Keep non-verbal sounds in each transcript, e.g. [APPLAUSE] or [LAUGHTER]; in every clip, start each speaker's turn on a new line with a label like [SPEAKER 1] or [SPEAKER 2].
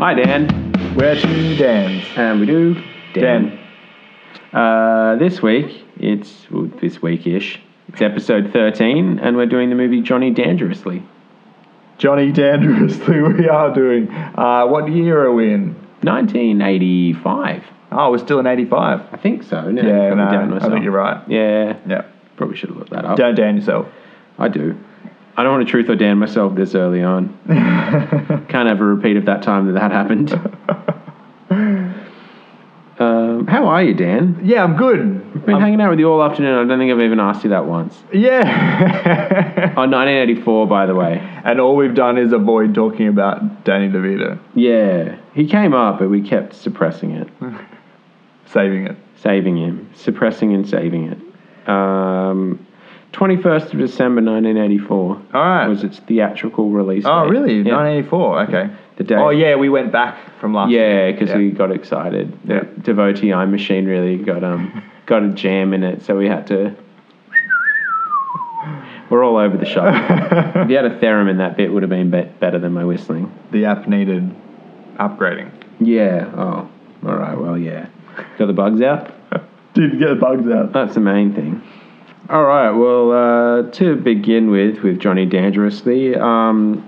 [SPEAKER 1] Hi, Dan.
[SPEAKER 2] We're two Dans.
[SPEAKER 1] And we do
[SPEAKER 2] Dan.
[SPEAKER 1] Uh, this week, it's well, this week ish. It's episode 13, and we're doing the movie Johnny Dangerously.
[SPEAKER 2] Johnny Dangerously, [LAUGHS] we are doing. Uh, what year are we in?
[SPEAKER 1] 1985.
[SPEAKER 2] Oh, we're still in 85.
[SPEAKER 1] I think so. Now
[SPEAKER 2] Yeah,
[SPEAKER 1] I'm
[SPEAKER 2] no,
[SPEAKER 1] down
[SPEAKER 2] I
[SPEAKER 1] myself.
[SPEAKER 2] think you're right.
[SPEAKER 1] Yeah,
[SPEAKER 2] Yeah.
[SPEAKER 1] probably should have looked that up.
[SPEAKER 2] Don't Dan yourself.
[SPEAKER 1] I do. I don't want to truth or Dan myself this early
[SPEAKER 2] [LAUGHS]
[SPEAKER 1] on. Can't have a repeat of that time that that happened.
[SPEAKER 2] [LAUGHS]
[SPEAKER 1] um, how are you, Dan?
[SPEAKER 2] Yeah, I'm good.
[SPEAKER 1] Been hanging out with you all afternoon. I don't think I've even asked you that once.
[SPEAKER 2] Yeah.
[SPEAKER 1] Oh, 1984, by the way.
[SPEAKER 2] [LAUGHS] and all we've done is avoid talking about Danny DeVito,
[SPEAKER 1] Yeah, he came up, but we kept suppressing it,
[SPEAKER 2] saving it.
[SPEAKER 1] saving him, suppressing and saving it. Um, 21st of December 1984
[SPEAKER 2] All right.
[SPEAKER 1] was its theatrical release.
[SPEAKER 2] oh,
[SPEAKER 1] date.
[SPEAKER 2] really?
[SPEAKER 1] Yeah.
[SPEAKER 2] 1984. Okay.
[SPEAKER 1] The day-
[SPEAKER 2] Oh, yeah, we went back from last year. [LAUGHS]
[SPEAKER 1] Yeah, because
[SPEAKER 2] Yeah.
[SPEAKER 1] we got excited.
[SPEAKER 2] Yeah.
[SPEAKER 1] The devotee eye machine really
[SPEAKER 2] [LAUGHS]
[SPEAKER 1] got um got a jam in it, so we had to. We're all over the shop.
[SPEAKER 2] [LAUGHS]
[SPEAKER 1] if you had a theremin, that bit would have been bet better than my whistling.
[SPEAKER 2] The app needed upgrading.
[SPEAKER 1] Yeah. Oh. All right. Well, yeah. Got the bugs out.
[SPEAKER 2] Didn't get bugs out.
[SPEAKER 1] That's the main thing. All right. Well, uh, to begin with, with Johnny Dangerously, um,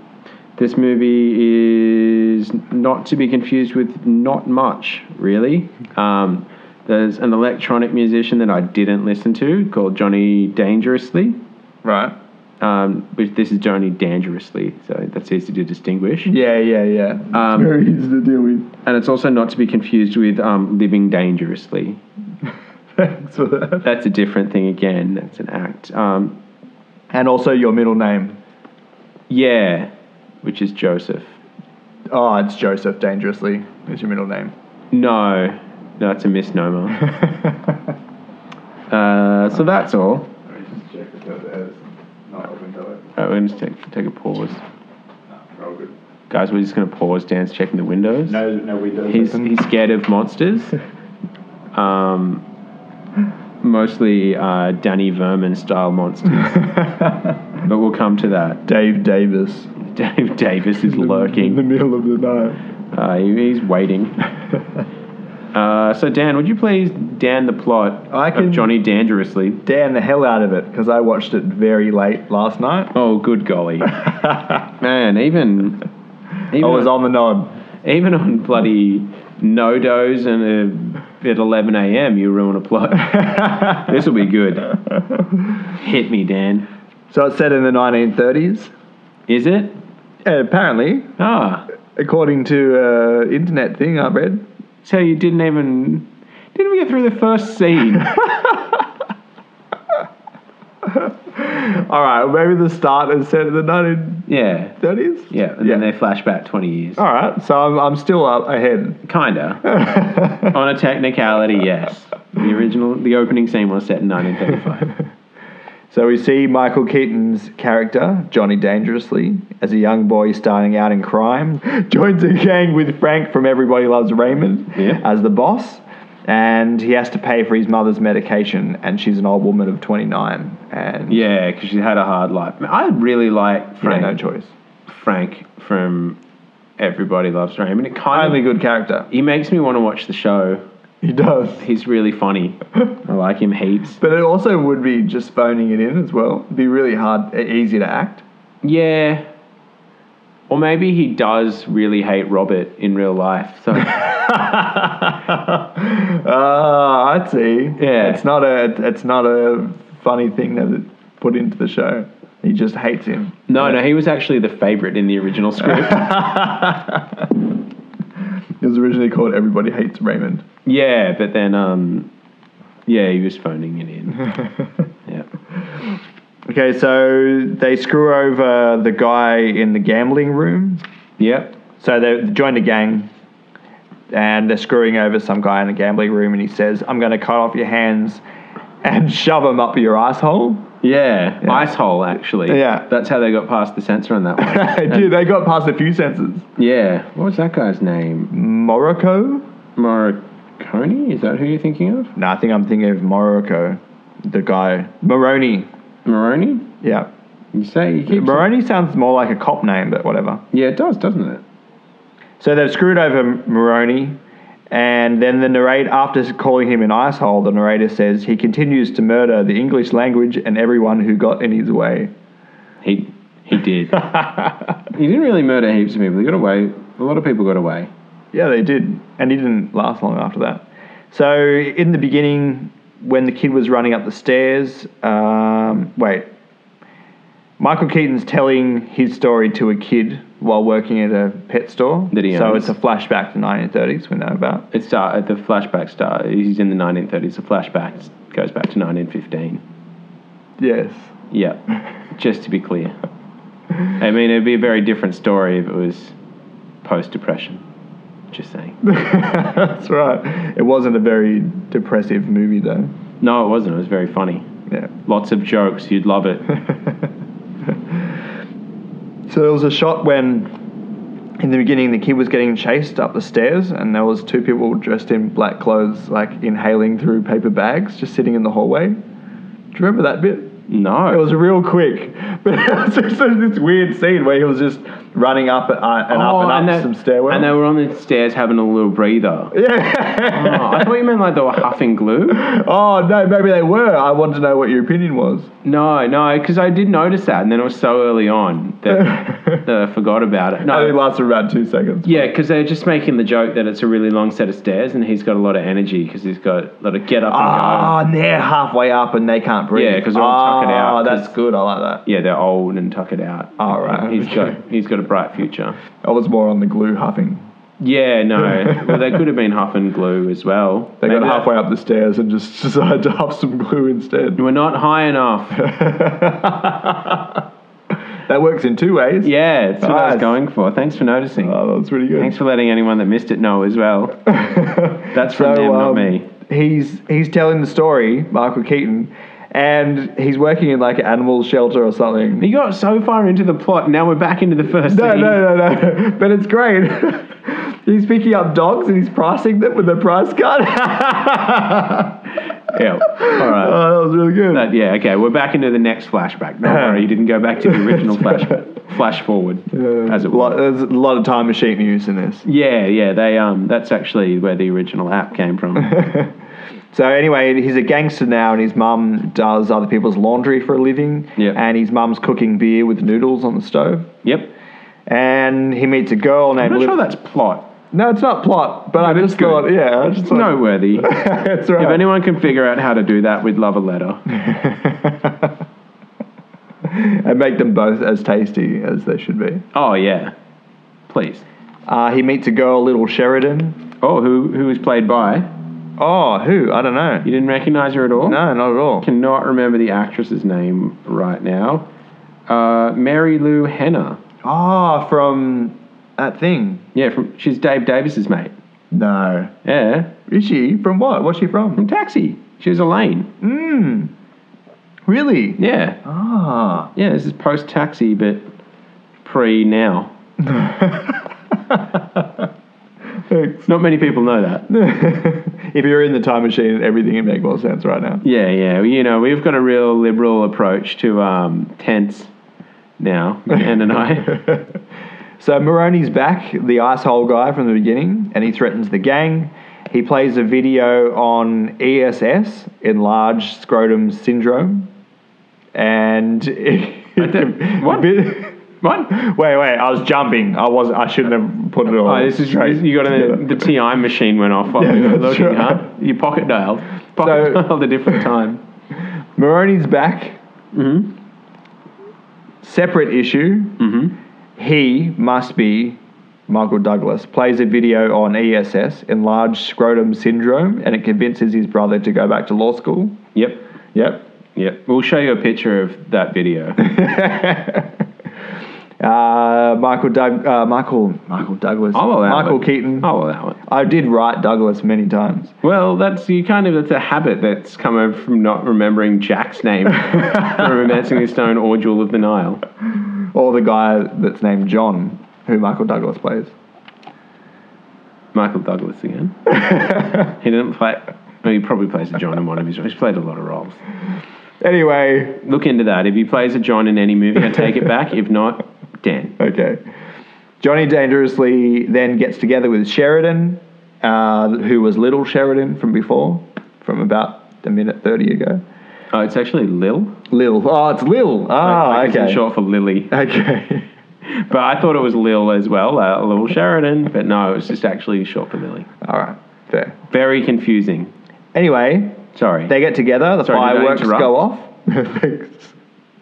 [SPEAKER 1] this movie is not to be confused with not much, really. Um, there's an electronic musician that I didn't listen to called Johnny Dangerously.
[SPEAKER 2] Right.
[SPEAKER 1] Um, which this is Johnny Dangerously, so that's easy to distinguish.
[SPEAKER 2] Yeah, yeah, yeah.
[SPEAKER 1] Um,
[SPEAKER 2] it's very easy to deal with.
[SPEAKER 1] And it's also not to be confused with um, Living Dangerously,
[SPEAKER 2] [LAUGHS] Thanks for that.
[SPEAKER 1] that's a different thing again. That's an act. Um,
[SPEAKER 2] And also your middle name.
[SPEAKER 1] yeah, which is Joseph.
[SPEAKER 2] Oh, it's Joseph Dangerously. Is your middle name?
[SPEAKER 1] No, no, it's a misnomer.
[SPEAKER 2] [LAUGHS]
[SPEAKER 1] uh, so that's all.
[SPEAKER 2] Just check if that has not opened up.
[SPEAKER 1] All right, we're going to take, take a pause.
[SPEAKER 2] Oh, good.
[SPEAKER 1] Guys, we're just going to pause. Dan's checking the windows.
[SPEAKER 2] No, no windows.
[SPEAKER 1] He's, he's scared of monsters. Um, mostly uh, Danny Vermin style monsters. but we'll come to that. [LAUGHS]
[SPEAKER 2] Dave Davis.
[SPEAKER 1] Dave
[SPEAKER 2] [LAUGHS]
[SPEAKER 1] Davis is
[SPEAKER 2] In the
[SPEAKER 1] lurking.
[SPEAKER 2] middle of the night.
[SPEAKER 1] Uh, he-
[SPEAKER 2] [LAUGHS]
[SPEAKER 1] he's waiting. Uh, so Dan, would you please Dan the plot
[SPEAKER 2] I
[SPEAKER 1] of
[SPEAKER 2] can-
[SPEAKER 1] Johnny Dangerously?
[SPEAKER 2] Dan the hell out of it because I watched it very late last night.
[SPEAKER 1] Oh,
[SPEAKER 2] [LAUGHS]
[SPEAKER 1] good golly,
[SPEAKER 2] I
[SPEAKER 1] man! Even even
[SPEAKER 2] was on the nod.
[SPEAKER 1] even on bloody no dos and uh, at eleven a.m. You ruin
[SPEAKER 2] [LAUGHS]
[SPEAKER 1] a plot. this will be good. Hit me, Dan.
[SPEAKER 2] [LAUGHS] So it's set in the 1930s.
[SPEAKER 1] Is it?
[SPEAKER 2] And apparently,
[SPEAKER 1] Ah,
[SPEAKER 2] according to uh, internet thing I read,
[SPEAKER 1] so you didn't even didn't even get through the
[SPEAKER 2] [LAUGHS]
[SPEAKER 1] first scene.
[SPEAKER 2] All right, maybe the start is set in the 1930s.
[SPEAKER 1] yeah, yeah, and
[SPEAKER 2] Yeah. Oh.
[SPEAKER 1] then they flash back twenty years.
[SPEAKER 2] All right, so I'm, I'm still up ahead. [LAUGHS]
[SPEAKER 1] Kinda. On a technicality, yes. The original, the opening scene was set in
[SPEAKER 2] [LAUGHS]
[SPEAKER 1] 1935.
[SPEAKER 2] So we see Michael Keaton's character, Johnny Dangerously, as a young boy starting out in crime, [LAUGHS] joins a gang with Frank from Everybody Loves Raymond
[SPEAKER 1] Yeah.
[SPEAKER 2] as the boss, and he has to pay for his mother's medication, and she's an old woman of 29. And
[SPEAKER 1] yeah, because she had a hard life. I really like
[SPEAKER 2] yeah,
[SPEAKER 1] Frank.
[SPEAKER 2] no choice.
[SPEAKER 1] Frank from Everybody Loves Raymond. It kind
[SPEAKER 2] Only
[SPEAKER 1] of
[SPEAKER 2] good character.
[SPEAKER 1] he makes me want to watch the show.
[SPEAKER 2] He does.
[SPEAKER 1] He's
[SPEAKER 2] [LAUGHS]
[SPEAKER 1] really funny. I like him heaps.
[SPEAKER 2] But it also would be just phoning it in as well. It'd be really hard, e, easy to act.
[SPEAKER 1] Yeah. Or maybe he does really hate Robert in real life.
[SPEAKER 2] [LAUGHS]
[SPEAKER 1] So
[SPEAKER 2] Ah, I see.
[SPEAKER 1] Yeah.
[SPEAKER 2] it's not a it's not a funny thing that it put into the show. He just hates him.
[SPEAKER 1] no, no, he was actually the favorite in the
[SPEAKER 2] [LAUGHS]
[SPEAKER 1] original script.
[SPEAKER 2] It was originally called Everybody Hates Raymond.
[SPEAKER 1] yeah, but then um, yeah, he was phoning it
[SPEAKER 2] [LAUGHS]
[SPEAKER 1] in. yeah.
[SPEAKER 2] Okay, so they screw over the guy in the gambling room.
[SPEAKER 1] Yep.
[SPEAKER 2] So they joined a gang and they're screwing over some guy in a gambling room and he says, I'm going to cut off your hands and [LAUGHS] shove them up your asshole.
[SPEAKER 1] Yeah, ice hole actually.
[SPEAKER 2] Yeah.
[SPEAKER 1] that's how they got past the censor on that one.
[SPEAKER 2] [LAUGHS]
[SPEAKER 1] [LAUGHS]
[SPEAKER 2] Dude, they got past a few senses.
[SPEAKER 1] yeah, what was that guy's name?
[SPEAKER 2] Morocco?
[SPEAKER 1] Morricone? Is that who you're thinking of?
[SPEAKER 2] No, I think I'm thinking of Morocco. The guy. Moroni.
[SPEAKER 1] Maroney?
[SPEAKER 2] Yeah.
[SPEAKER 1] You say you keep
[SPEAKER 2] Moroni sounds more like a cop name, but whatever.
[SPEAKER 1] yeah, it does, doesn't it?
[SPEAKER 2] So they've screwed over Maroni, and then the narrator, after calling him an asshole, the narrator says he continues to murder the English language and everyone who got in his way.
[SPEAKER 1] He he did. [LAUGHS] he didn't really murder heaps of people. He got away. A lot of people got away.
[SPEAKER 2] Yeah, they did. And he didn't last long after that. So, in the beginning, when the kid was running up the stairs, um, wait, Michael Keaton's telling his story to a kid while working at a pet store.
[SPEAKER 1] That he
[SPEAKER 2] so,
[SPEAKER 1] owns.
[SPEAKER 2] it's a flashback to 1930s, we know about.
[SPEAKER 1] It start the flashback start. He's in the 1930s. The flashback goes back to 1915.
[SPEAKER 2] Yes. [LAUGHS]
[SPEAKER 1] [LAUGHS] Yeah, just to be clear. I mean, it'd be a very different story if it was post-depression. Just saying.
[SPEAKER 2] That's right. It wasn't a very depressive movie, though.
[SPEAKER 1] No, it wasn't. It was very funny.
[SPEAKER 2] Yeah.
[SPEAKER 1] Lots of jokes. You'd
[SPEAKER 2] [LAUGHS]
[SPEAKER 1] love it.
[SPEAKER 2] So there was a shot when, in the beginning, the kid was getting chased up the stairs, and there was two people dressed in black clothes, like inhaling through paper bags, just sitting in the hallway. Do you remember that bit?
[SPEAKER 1] No.
[SPEAKER 2] It was real quick, [LAUGHS] but it was just this weird scene where he was just running up and, uh, and up
[SPEAKER 1] Oh,
[SPEAKER 2] and up
[SPEAKER 1] they-
[SPEAKER 2] some stairwells.
[SPEAKER 1] And they were on the stairs having a little breather.
[SPEAKER 2] [LAUGHS] yeah.
[SPEAKER 1] Oh, I thought you meant like they were huffing glue.
[SPEAKER 2] oh no, maybe they were. I wanted to know what your opinion was. [LAUGHS]
[SPEAKER 1] No, no, because I did notice that, and then it was so early on
[SPEAKER 2] [LAUGHS]
[SPEAKER 1] that, that I forgot about it.
[SPEAKER 2] I think it
[SPEAKER 1] No,
[SPEAKER 2] lasted about two seconds.
[SPEAKER 1] yeah, because they're just making the joke that it's a really long set of stairs, and he's got a lot of energy because he's got a lot of get up and
[SPEAKER 2] Ah, and they're halfway up and they can't breathe.
[SPEAKER 1] Yeah, 'cause they're all tucking out,
[SPEAKER 2] Ah,
[SPEAKER 1] 'cause-
[SPEAKER 2] that's good. I like that.
[SPEAKER 1] go. Yeah, they're old and tuck it out.
[SPEAKER 2] All right.
[SPEAKER 1] He's got he's got a bright future.
[SPEAKER 2] I was more on the glue huffing.
[SPEAKER 1] Yeah,
[SPEAKER 2] [LAUGHS]
[SPEAKER 1] no. Well, they could have been huffing glue as well.
[SPEAKER 2] They
[SPEAKER 1] Maybe
[SPEAKER 2] got halfway up the stairs and just [LAUGHS] decided to huff some glue instead.
[SPEAKER 1] We're not high
[SPEAKER 2] [LAUGHS]
[SPEAKER 1] enough.
[SPEAKER 2] That works in two ways.
[SPEAKER 1] Yeah, that's what I was
[SPEAKER 2] Nice.
[SPEAKER 1] going for. Thanks for noticing.
[SPEAKER 2] Oh, that's pretty good.
[SPEAKER 1] Thanks for letting anyone that missed it know
[SPEAKER 2] [LAUGHS]
[SPEAKER 1] as well. That's from them, not
[SPEAKER 2] um,
[SPEAKER 1] me.
[SPEAKER 2] He's he's telling the story, Michael Keaton, and he's working in like an animal shelter or something.
[SPEAKER 1] You got so far into the plot, now we're back into the first
[SPEAKER 2] No,
[SPEAKER 1] scene.
[SPEAKER 2] no, no, no. [LAUGHS] But it's great. he's picking up dogs and he's pricing them with a price card. [LAUGHS]
[SPEAKER 1] Yeah. All right.
[SPEAKER 2] Oh, that was really good.
[SPEAKER 1] But yeah, okay, we're back into the next flashback. No worry, you didn't go back to the
[SPEAKER 2] [LAUGHS]
[SPEAKER 1] original flash flash forward, as it
[SPEAKER 2] a lot,
[SPEAKER 1] was.
[SPEAKER 2] there's a lot of time machine use in this.
[SPEAKER 1] Yeah, yeah, they um, that's actually where the original app
[SPEAKER 2] [LAUGHS]
[SPEAKER 1] came from.
[SPEAKER 2] So anyway, he's a gangster now, and his mum does other people's laundry for a living.
[SPEAKER 1] Yep.
[SPEAKER 2] And his mum's cooking beer with noodles on the stove.
[SPEAKER 1] yep,
[SPEAKER 2] And he meets a girl named.
[SPEAKER 1] I'm not
[SPEAKER 2] Liv-
[SPEAKER 1] sure that's plot.
[SPEAKER 2] no, it's not plot, but, I just thought, yeah, I just thought, [LAUGHS]
[SPEAKER 1] Noteworthy. if
[SPEAKER 2] that's right.
[SPEAKER 1] anyone can figure out how to do that, we'd love a letter.
[SPEAKER 2] [LAUGHS] and make them both as tasty as they should be.
[SPEAKER 1] Oh yeah, please.
[SPEAKER 2] Uh, he meets a girl, Little Sheridan.
[SPEAKER 1] Oh, who who was played by?
[SPEAKER 2] Oh, who? I don't know.
[SPEAKER 1] You didn't recognise her at all.
[SPEAKER 2] No, not at all.
[SPEAKER 1] cannot remember the actress's name right now. Uh, Mary Lou Henner.
[SPEAKER 2] Ah, from that thing.
[SPEAKER 1] Yeah, from she's Dave Davis's mate.
[SPEAKER 2] No.
[SPEAKER 1] Yeah,
[SPEAKER 2] Is she? From what? What's she from?
[SPEAKER 1] from Taxi. She was Elaine.
[SPEAKER 2] Mmm. Really?
[SPEAKER 1] Yeah,
[SPEAKER 2] Ah.
[SPEAKER 1] yeah. This is post Taxi, but pre now.
[SPEAKER 2] Thanks. [LAUGHS]
[SPEAKER 1] Not many people know that.
[SPEAKER 2] if you're in the time machine, everything would make more sense right now.
[SPEAKER 1] Yeah, yeah. well, You know, we've got a real liberal approach to um, tense now. Anne
[SPEAKER 2] [LAUGHS]
[SPEAKER 1] and I.
[SPEAKER 2] [LAUGHS] So Maroney's back, the asshole guy from the beginning, and he threatens the gang. He plays a video on ESS, enlarged scrotum syndrome, and [LAUGHS]
[SPEAKER 1] what?
[SPEAKER 2] Wait,
[SPEAKER 1] What?
[SPEAKER 2] wait! I was jumping. I was. I shouldn't have put it all.
[SPEAKER 1] Oh, this is
[SPEAKER 2] straight
[SPEAKER 1] you got an,
[SPEAKER 2] together.
[SPEAKER 1] the TI machine went off while we
[SPEAKER 2] Yeah,
[SPEAKER 1] were
[SPEAKER 2] that's
[SPEAKER 1] looking,
[SPEAKER 2] right.
[SPEAKER 1] huh? You pocket dialed. Pocket
[SPEAKER 2] So-
[SPEAKER 1] dialed a different time.
[SPEAKER 2] Maroney's back.
[SPEAKER 1] Mhm.
[SPEAKER 2] Separate issue.
[SPEAKER 1] Mm-hmm.
[SPEAKER 2] He must be Michael Douglas. Plays a video on ESS, enlarged scrotum syndrome, and it convinces his brother to go back to law school.
[SPEAKER 1] [LAUGHS] Yep.
[SPEAKER 2] Yep.
[SPEAKER 1] Yep. We'll show you a picture of that video.
[SPEAKER 2] Uh, Michael Doug, uh, Michael Michael Douglas.
[SPEAKER 1] I'll allow
[SPEAKER 2] Michael
[SPEAKER 1] it.
[SPEAKER 2] Keaton.
[SPEAKER 1] I'll allow it.
[SPEAKER 2] I did write Douglas many times.
[SPEAKER 1] Well, that's you kind of that's a habit that's come over from not remembering Jack's [LAUGHS] name from Romancing the Stone or Jewel of the Nile.
[SPEAKER 2] Or the guy that's named John, who Michael Douglas plays.
[SPEAKER 1] Michael Douglas [LAUGHS] again. he didn't play well, he probably plays a John in one of his roles. He's played a lot of roles.
[SPEAKER 2] Anyway,
[SPEAKER 1] Look into that. If he plays a John in any movie, I take it back. If not, Dan.
[SPEAKER 2] okay. Johnny Dangerously then gets together with Sheridan, uh, who was Little Sheridan from before, from about a minute 30 ago.
[SPEAKER 1] Uh, it's actually Lil.
[SPEAKER 2] Lil. Oh, it's Lil.
[SPEAKER 1] I-
[SPEAKER 2] Ah,
[SPEAKER 1] I guess it's
[SPEAKER 2] okay.
[SPEAKER 1] Short for Lily.
[SPEAKER 2] Okay. [LAUGHS]
[SPEAKER 1] But I thought it was Lil as well, uh, Lil Sheridan. But no, it was just actually short for Lily.
[SPEAKER 2] All right. Fair.
[SPEAKER 1] Very confusing.
[SPEAKER 2] Anyway,
[SPEAKER 1] Sorry.
[SPEAKER 2] they get together, the
[SPEAKER 1] Sorry, did I
[SPEAKER 2] fireworks
[SPEAKER 1] interrupt?
[SPEAKER 2] go off. [LAUGHS] Thanks.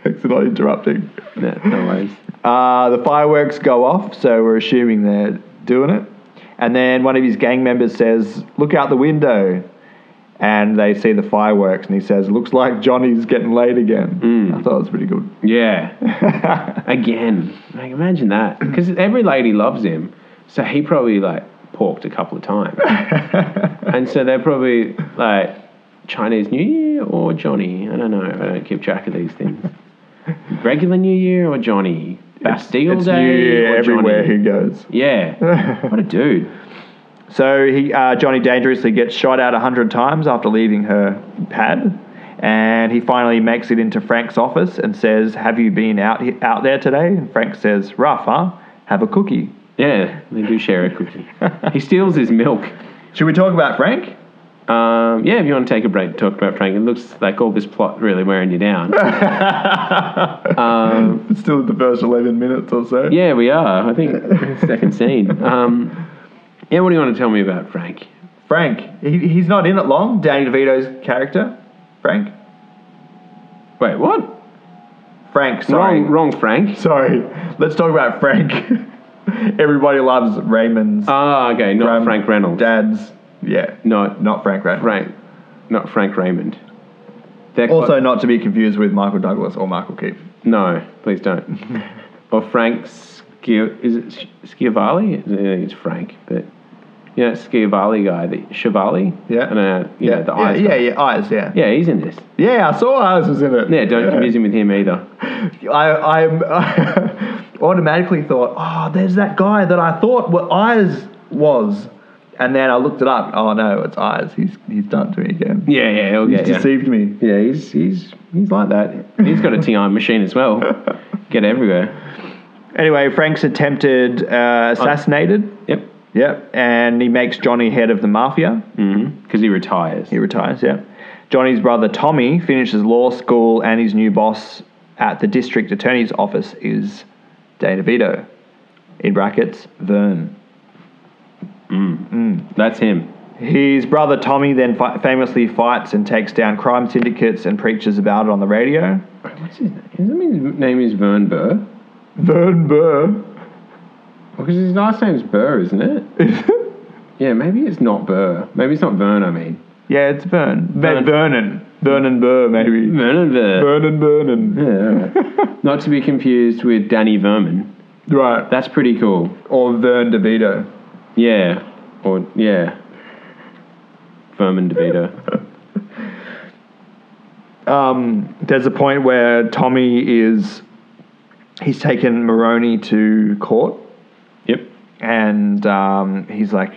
[SPEAKER 2] Thanks for not interrupting.
[SPEAKER 1] no, no worries.
[SPEAKER 2] Uh, the fireworks go off, so we're assuming they're doing it. And then one of his gang members says, Look out the window. And they see the fireworks, and he says, Looks like Johnny's getting laid again.
[SPEAKER 1] Hmm.
[SPEAKER 2] I thought it was pretty good. [LAUGHS]
[SPEAKER 1] Yeah. Again. Like, imagine that. Because every lady loves him. So he probably, like, porked a couple
[SPEAKER 2] [LAUGHS]
[SPEAKER 1] of times. and so they're probably, like, Chinese New Year or Johnny. I don't know. I don't keep track of these things. Regular New Year or Johnny? Bastille
[SPEAKER 2] it's
[SPEAKER 1] Day
[SPEAKER 2] New Year
[SPEAKER 1] or
[SPEAKER 2] everywhere
[SPEAKER 1] Johnny?
[SPEAKER 2] he goes.
[SPEAKER 1] Yeah. what a dude.
[SPEAKER 2] So he, uh, Johnny dangerously gets shot at 100 times after leaving her pad. And he finally makes it into Frank's office and says, Have you been out, he- out there today? And Frank says, Rough, huh? Have a cookie.
[SPEAKER 1] Yeah, they do share
[SPEAKER 2] [LAUGHS]
[SPEAKER 1] a cookie. he steals his milk.
[SPEAKER 2] Should we talk about Frank?
[SPEAKER 1] Um, yeah, if you want to take a break to talk about Frank, it looks like all this plot really wearing
[SPEAKER 2] [LAUGHS]
[SPEAKER 1] you down. um,
[SPEAKER 2] It's still the first 11 minutes or so.
[SPEAKER 1] yeah, we are. I think second scene. Um, yeah, what do you want to tell me about Frank?
[SPEAKER 2] Frank, he, he's not in it long. Danny DeVito's character, Frank.
[SPEAKER 1] Wait, what?
[SPEAKER 2] Frank, sorry.
[SPEAKER 1] Wrong, wrong, Frank.
[SPEAKER 2] Sorry. Let's talk about Frank. [LAUGHS] Everybody loves Raymond's
[SPEAKER 1] Ah, okay, not
[SPEAKER 2] Ram-
[SPEAKER 1] Frank Reynolds.
[SPEAKER 2] dad's. Yeah.
[SPEAKER 1] not
[SPEAKER 2] Not Frank Raymond.
[SPEAKER 1] Frank, not Frank Raymond. They're
[SPEAKER 2] Also,
[SPEAKER 1] clo-
[SPEAKER 2] not to be confused with Michael Douglas or Michael Keith.
[SPEAKER 1] no, please [LAUGHS] don't. or Frank Sci- is it Sch- Schiavalli? I think it's Frank, but you know, Schiavalli guy, the Shivali.
[SPEAKER 2] Yeah.
[SPEAKER 1] and uh, you know the
[SPEAKER 2] yeah,
[SPEAKER 1] eyes.
[SPEAKER 2] yeah,
[SPEAKER 1] guy.
[SPEAKER 2] yeah, eyes, yeah.
[SPEAKER 1] yeah, he's in this.
[SPEAKER 2] yeah. I saw eyes was in it.
[SPEAKER 1] Yeah, don't confuse him with him either.
[SPEAKER 2] I, I, I automatically thought, oh, there's that guy that I thought what eyes was, and then I looked it up. Oh no, it's eyes. He's he's done to me again.
[SPEAKER 1] Yeah, yeah, he'll
[SPEAKER 2] He's
[SPEAKER 1] get you.
[SPEAKER 2] deceived me.
[SPEAKER 1] Yeah, he's he's he's like that. He's [LAUGHS] got a TI machine as well. Get everywhere.
[SPEAKER 2] Anyway, Frank's attempted uh, assassinated.
[SPEAKER 1] Yep.
[SPEAKER 2] yep, and he makes Johnny head of the mafia.
[SPEAKER 1] Because Mm-hmm. he retires.
[SPEAKER 2] He retires, yeah. Johnny's brother Tommy finishes law school, and his new boss at the district attorney's office is Dana Vito, in brackets, Vern.
[SPEAKER 1] That's him.
[SPEAKER 2] His brother Tommy then fi- famously fights and takes down crime syndicates and preaches about it on the radio.
[SPEAKER 1] What's his name? His name is Vern Burr.
[SPEAKER 2] Vern Burr.
[SPEAKER 1] Because his last name's Burr, isn't it? [LAUGHS] yeah, maybe it's not Burr. Maybe it's not Vern, I mean.
[SPEAKER 2] Yeah, it's Vern. Vern.
[SPEAKER 1] Vern.
[SPEAKER 2] Vernon. Vernon Burr, maybe.
[SPEAKER 1] Vern and Burr.
[SPEAKER 2] Vernon Vernon.
[SPEAKER 1] Yeah, all [LAUGHS] right. not to be confused with Danny Verman.
[SPEAKER 2] Right.
[SPEAKER 1] That's pretty cool.
[SPEAKER 2] Or Vern DeVito.
[SPEAKER 1] Yeah. Or, yeah. Vermin DeVito.
[SPEAKER 2] um, there's a point where Tommy is he's taken Maroney to court
[SPEAKER 1] Yep.
[SPEAKER 2] and um, he's like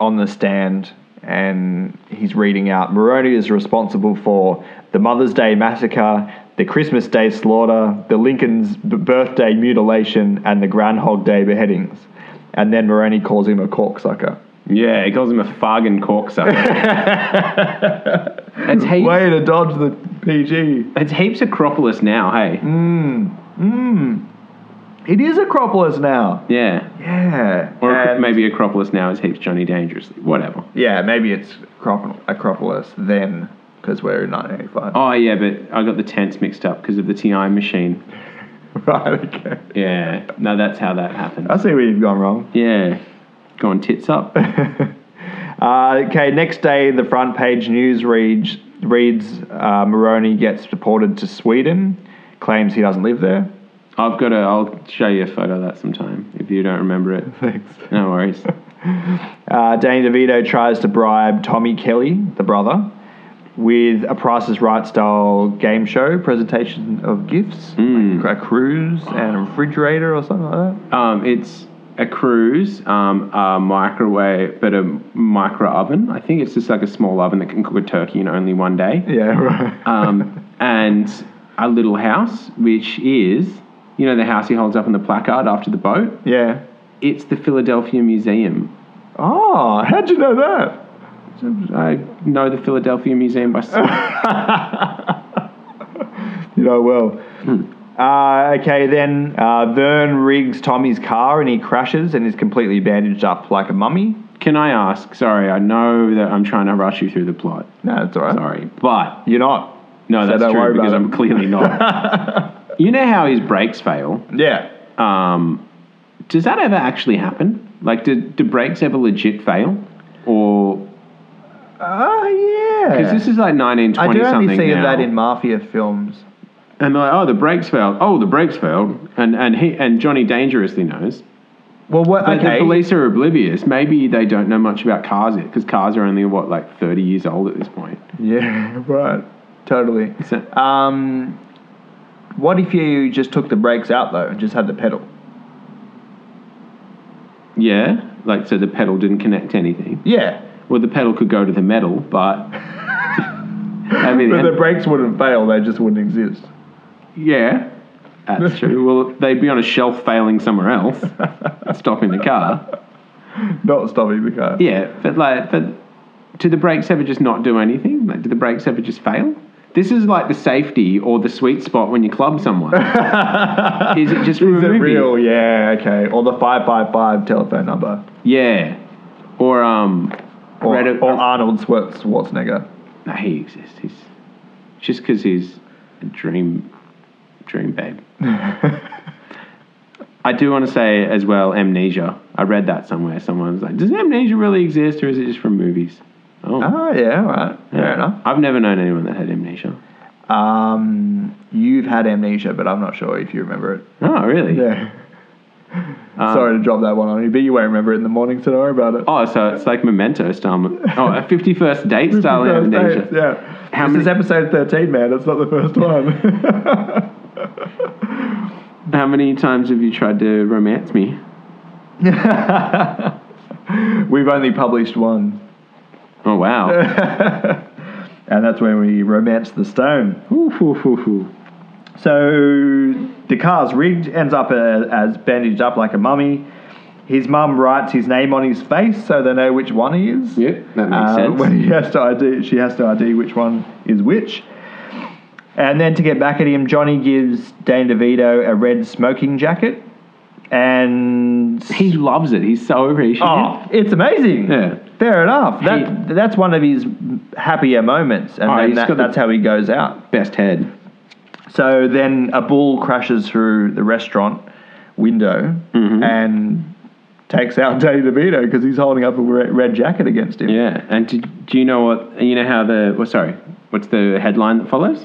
[SPEAKER 2] on the stand and he's reading out Maroney is responsible for the Mother's Day massacre, the Christmas Day slaughter, the Lincoln's b- birthday mutilation, and the Groundhog Day beheadings. And then Maroney calls him a corksucker.
[SPEAKER 1] Yeah, he calls him a fargan [LAUGHS] corksucker. That's heaps,
[SPEAKER 2] Way to dodge the PG.
[SPEAKER 1] it's heaps Acropolis now, hey?
[SPEAKER 2] Hmm. It is Acropolis now.
[SPEAKER 1] Yeah.
[SPEAKER 2] Yeah.
[SPEAKER 1] Or Acro-
[SPEAKER 2] And-
[SPEAKER 1] maybe Acropolis now is heaps Johnny Dangerously. Whatever.
[SPEAKER 2] Yeah, maybe it's Acrop- Acropolis then, because we're in 1985.
[SPEAKER 1] Oh, yeah, but I got the tents mixed up because of the TI machine.
[SPEAKER 2] [LAUGHS] Right, okay.
[SPEAKER 1] Yeah. No, that's how that happened.
[SPEAKER 2] I see where you've gone wrong.
[SPEAKER 1] Yeah. Gone tits up. [LAUGHS]
[SPEAKER 2] Uh, okay, next day, the front page news reads, reads uh, Moroni gets deported to Sweden, claims he doesn't live there.
[SPEAKER 1] I've got a. I'll show you a photo of that sometime if you don't remember it.
[SPEAKER 2] [LAUGHS] Thanks.
[SPEAKER 1] No worries.
[SPEAKER 2] Uh, Danny DeVito tries to bribe Tommy Kelly, the brother, with a Price is Right style game show presentation of gifts, like a cruise and a refrigerator or something like that.
[SPEAKER 1] Um, it's a cruise, um, a microwave, but a micro oven. I think it's just like a small oven that can cook a turkey in only one day.
[SPEAKER 2] Yeah, right.
[SPEAKER 1] Um, and a little house, which is you know the house he holds up on the placard after the boat?
[SPEAKER 2] [LAUGHS] Yeah.
[SPEAKER 1] It's the Philadelphia Museum.
[SPEAKER 2] Oh, how'd you know that?
[SPEAKER 1] I know the Philadelphia Museum by sight.
[SPEAKER 2] You know well.
[SPEAKER 1] Hmm.
[SPEAKER 2] Uh, okay, then uh, Vern rigs Tommy's car and he crashes and is completely bandaged up like a mummy.
[SPEAKER 1] Can I ask? Sorry, I know that I'm trying to rush you through the plot.
[SPEAKER 2] No, it's all right.
[SPEAKER 1] Sorry, but
[SPEAKER 2] You're not.
[SPEAKER 1] no, that's
[SPEAKER 2] don't worry
[SPEAKER 1] true
[SPEAKER 2] about
[SPEAKER 1] because
[SPEAKER 2] it.
[SPEAKER 1] I'm clearly not.
[SPEAKER 2] [LAUGHS]
[SPEAKER 1] you know how his brakes fail.
[SPEAKER 2] Yeah.
[SPEAKER 1] Um, does that ever actually happen? Like, do, do brakes ever legit fail? Or
[SPEAKER 2] Oh, yeah.
[SPEAKER 1] because this is like 1920
[SPEAKER 2] I do only
[SPEAKER 1] something
[SPEAKER 2] see
[SPEAKER 1] now.
[SPEAKER 2] that in mafia films.
[SPEAKER 1] and they're like, oh, the brakes failed. Oh, the brakes failed. And and he and Johnny dangerously knows.
[SPEAKER 2] Well, what?
[SPEAKER 1] But
[SPEAKER 2] okay.
[SPEAKER 1] the police are oblivious. Maybe they don't know much about cars yet because cars are only what like 30 years old at this point.
[SPEAKER 2] [LAUGHS] Yeah, right. Totally.
[SPEAKER 1] So-
[SPEAKER 2] Um, what if you just took the brakes out though and just had the pedal?
[SPEAKER 1] Yeah, like so the pedal didn't connect to anything.
[SPEAKER 2] Yeah,
[SPEAKER 1] Well, the pedal could go to the
[SPEAKER 2] [LAUGHS]
[SPEAKER 1] metal, but I mean,
[SPEAKER 2] but the brakes wouldn't fail; they just wouldn't exist.
[SPEAKER 1] yeah, that's
[SPEAKER 2] [LAUGHS]
[SPEAKER 1] true. Well, they'd be on a shelf failing somewhere else, stopping the car.
[SPEAKER 2] Not stopping the car.
[SPEAKER 1] Yeah, but like, but do the brakes ever just not do anything? Like, do the brakes ever just fail? This is like the safety or the sweet spot when you
[SPEAKER 2] [LAUGHS]
[SPEAKER 1] club someone. is it just
[SPEAKER 2] Is it
[SPEAKER 1] removing
[SPEAKER 2] real? Yeah. Okay. Or the five five five telephone number.
[SPEAKER 1] Yeah, or um,
[SPEAKER 2] Or,
[SPEAKER 1] read a-
[SPEAKER 2] or Arnold Schwar- Schwarzenegger.
[SPEAKER 1] no, he exists. He's just because he's a dream, dream
[SPEAKER 2] [LAUGHS]
[SPEAKER 1] babe. I do want to say as well, amnesia. I read that somewhere. Someone was like, "Does amnesia really exist, or is it just from movies?" Oh,
[SPEAKER 2] Oh yeah. all Right. Fair enough.
[SPEAKER 1] I've never known anyone that had amnesia.
[SPEAKER 2] Um, you've had amnesia, but I'm not sure if you remember it.
[SPEAKER 1] Oh, really?
[SPEAKER 2] Yeah.
[SPEAKER 1] Um,
[SPEAKER 2] [LAUGHS] Sorry to drop that one on you, but you won't remember it in the morning, so don't worry about it.
[SPEAKER 1] Oh, so it's like memento style. Oh, a fifty-first date style
[SPEAKER 2] First
[SPEAKER 1] amnesia.
[SPEAKER 2] dates, yeah.
[SPEAKER 1] How
[SPEAKER 2] this
[SPEAKER 1] many-
[SPEAKER 2] is episode 13, man. It's not the first [LAUGHS] one.
[SPEAKER 1] How many times have you tried to romance me?
[SPEAKER 2] We've only published one.
[SPEAKER 1] Oh, wow.
[SPEAKER 2] and that's when we romance the stone.
[SPEAKER 1] Ooh, hoo, hoo, hoo.
[SPEAKER 2] So the car's rigged, ends up a, as bandaged up like a mummy. His mum writes his name on his face so they know which one he is.
[SPEAKER 1] Yep, that makes
[SPEAKER 2] Uh, [LAUGHS]
[SPEAKER 1] sense.
[SPEAKER 2] When he has to ID, she has to ID which one is which. And then to get back at him, Johnny gives Dane DeVito a red smoking jacket, and
[SPEAKER 1] He loves it. He's so appreciative.
[SPEAKER 2] oh, it's amazing.
[SPEAKER 1] Yeah.
[SPEAKER 2] Fair enough. That
[SPEAKER 1] He-
[SPEAKER 2] that's one of his happier moments, and
[SPEAKER 1] Oh,
[SPEAKER 2] then
[SPEAKER 1] he's
[SPEAKER 2] that,
[SPEAKER 1] got the-
[SPEAKER 2] that's how he goes out.
[SPEAKER 1] Best head.
[SPEAKER 2] So then a bull crashes through the restaurant window
[SPEAKER 1] Mm-hmm.
[SPEAKER 2] and takes out [LAUGHS] Dane DeVito because he's holding up a re- red jacket against him.
[SPEAKER 1] Yeah. And do, do you know what? You know how the. Well, sorry. What's the headline that follows?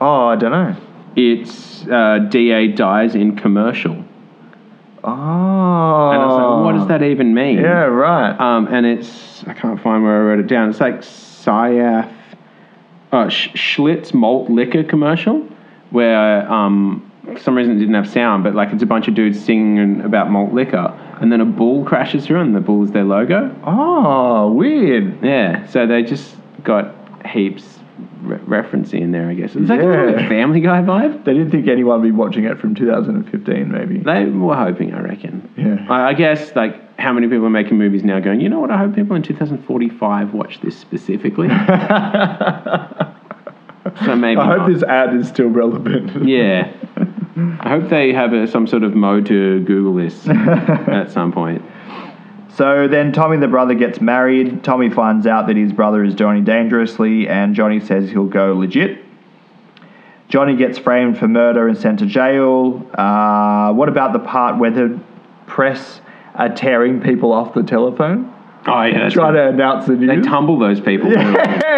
[SPEAKER 2] Oh, I don't know.
[SPEAKER 1] It's uh, DA dies in commercial. And
[SPEAKER 2] Oh.
[SPEAKER 1] I was like, what does that even mean?
[SPEAKER 2] Yeah, right.
[SPEAKER 1] Um, and it's. I can't find where I wrote it down. It's like SIAF. Uh, Sch- Schlitz malt liquor commercial where. Um, for some reason it didn't have sound, but like it's a bunch of dudes singing about malt liquor, and then a bull crashes through, and the bull is their logo.
[SPEAKER 2] oh, weird.
[SPEAKER 1] Yeah, so they just got heaps re- referencing in there, I guess. It's like a little
[SPEAKER 2] Yeah.
[SPEAKER 1] bit Family Guy vibe.
[SPEAKER 2] They didn't think anyone would be watching it from 2015, maybe.
[SPEAKER 1] They were hoping, I reckon.
[SPEAKER 2] Yeah.
[SPEAKER 1] I, I guess, like, how many people are making movies now going, you know what, I hope people in 2045 watch
[SPEAKER 2] [LAUGHS]
[SPEAKER 1] this specifically? so maybe.
[SPEAKER 2] I hope
[SPEAKER 1] not.
[SPEAKER 2] this ad is still relevant.
[SPEAKER 1] Yeah. I hope they have a, some sort of mode to Google
[SPEAKER 2] [LAUGHS]
[SPEAKER 1] this at some point.
[SPEAKER 2] So then Tommy the brother gets married. Tommy finds out that his brother is Johnny Dangerously, and Johnny says he'll go legit. Johnny gets framed for murder and sent to jail. Uh, what about the part where the press are tearing people off the telephone?
[SPEAKER 1] Oh, yeah. That's
[SPEAKER 2] Trying
[SPEAKER 1] good.
[SPEAKER 2] to announce the news.
[SPEAKER 1] They tumble those people.
[SPEAKER 2] [LAUGHS]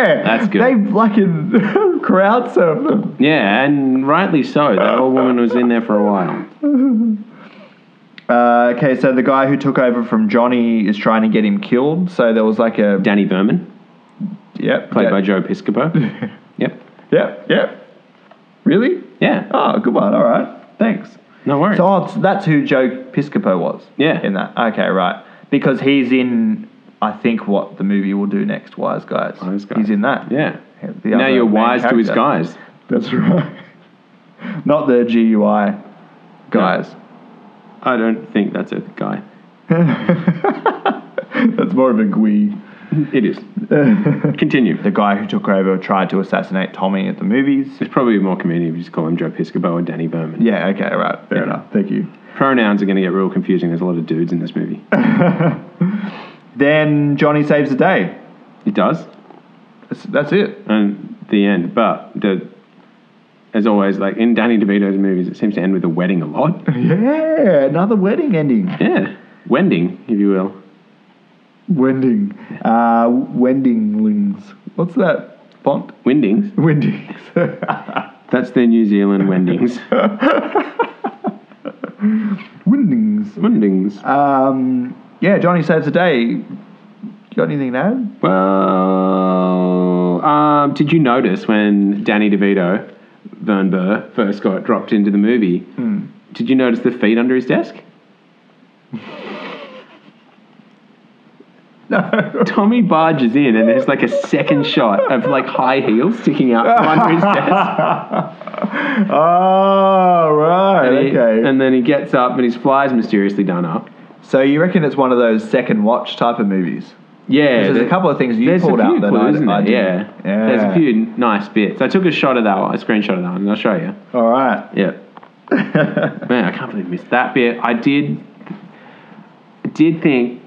[SPEAKER 2] Yeah,
[SPEAKER 1] That's good.
[SPEAKER 2] They fucking [LAUGHS] crowd surf them.
[SPEAKER 1] Yeah, and rightly so. That old woman was in there for a while.
[SPEAKER 2] Uh, okay, so the guy who took over from Johnny is trying to get him killed. So there was like a
[SPEAKER 1] Danny Berman,
[SPEAKER 2] yep,
[SPEAKER 1] played
[SPEAKER 2] yep,
[SPEAKER 1] by Joe [LAUGHS] Piscopo. yep.
[SPEAKER 2] yep, yep. Really?
[SPEAKER 1] Yeah,
[SPEAKER 2] Oh, good one. All right, thanks.
[SPEAKER 1] no worries.
[SPEAKER 2] So oh, it's- that's who Joe Piscopo was.
[SPEAKER 1] Yeah.
[SPEAKER 2] In that. Okay, right. Because he's in, I think, what the movie will do next, Wise Guys.
[SPEAKER 1] Wise Guys.
[SPEAKER 2] He's in that.
[SPEAKER 1] yeah.
[SPEAKER 2] The
[SPEAKER 1] Now
[SPEAKER 2] other
[SPEAKER 1] you're
[SPEAKER 2] main
[SPEAKER 1] wise to his
[SPEAKER 2] character.
[SPEAKER 1] guys.
[SPEAKER 2] [LAUGHS] That's right. Not the GUI. guys.
[SPEAKER 1] I don't think that's a guy.
[SPEAKER 2] [LAUGHS] That's more of a gui.
[SPEAKER 1] It [LAUGHS] is. Continue.
[SPEAKER 2] The guy who took over tried to assassinate Tommy at the movies.
[SPEAKER 1] It's probably more convenient if you just call him Joe Piscopo or Danny Berman.
[SPEAKER 2] Yeah, okay, all right. Fair enough. Thank you.
[SPEAKER 1] Pronouns are going to get real confusing. There's a lot of dudes in this movie.
[SPEAKER 2] Then Johnny saves the day.
[SPEAKER 1] It does.
[SPEAKER 2] That's, that's it. [LAUGHS]
[SPEAKER 1] And the end. But the, as always, like in Danny DeVito's movies, it seems to end with a wedding a [LAUGHS] lot.
[SPEAKER 2] Yeah, another wedding ending.
[SPEAKER 1] yeah. Wending, if you will.
[SPEAKER 2] Wending. Uh, Wendinglings. What's that font? [LAUGHS]
[SPEAKER 1] Wendings.
[SPEAKER 2] Wendings.
[SPEAKER 1] That's their New Zealand [LAUGHS] Wendings.
[SPEAKER 2] Wendings.
[SPEAKER 1] Wendings.
[SPEAKER 2] Um, yeah, Johnny saves the day. Got anything to add? [LAUGHS]
[SPEAKER 1] Well, um, did you notice when Danny DeVito, Vern Burr, first got dropped into the movie?
[SPEAKER 2] Hmm.
[SPEAKER 1] Did you notice the feet under his desk?
[SPEAKER 2] No. [LAUGHS]
[SPEAKER 1] Tommy barges in, and there's like a second shot of like high heels sticking out from under his desk.
[SPEAKER 2] oh, right.
[SPEAKER 1] And,
[SPEAKER 2] [LAUGHS]
[SPEAKER 1] he-
[SPEAKER 2] okay.
[SPEAKER 1] and then he gets up, and his fly's mysteriously done up.
[SPEAKER 2] so you reckon it's one of those second watch type of movies?
[SPEAKER 1] Yeah,
[SPEAKER 2] There's a
[SPEAKER 1] there-
[SPEAKER 2] couple of things you
[SPEAKER 1] there's a
[SPEAKER 2] pulled out
[SPEAKER 1] few
[SPEAKER 2] that I-
[SPEAKER 1] clues in
[SPEAKER 2] I
[SPEAKER 1] there, yeah.
[SPEAKER 2] didn't. Yeah.
[SPEAKER 1] there's a few n- nice bits. I took a shot of that one, a screenshot of that one, and I'll show you.
[SPEAKER 2] All right.
[SPEAKER 1] Yeah. Man, I can't believe I missed that bit. I did I did think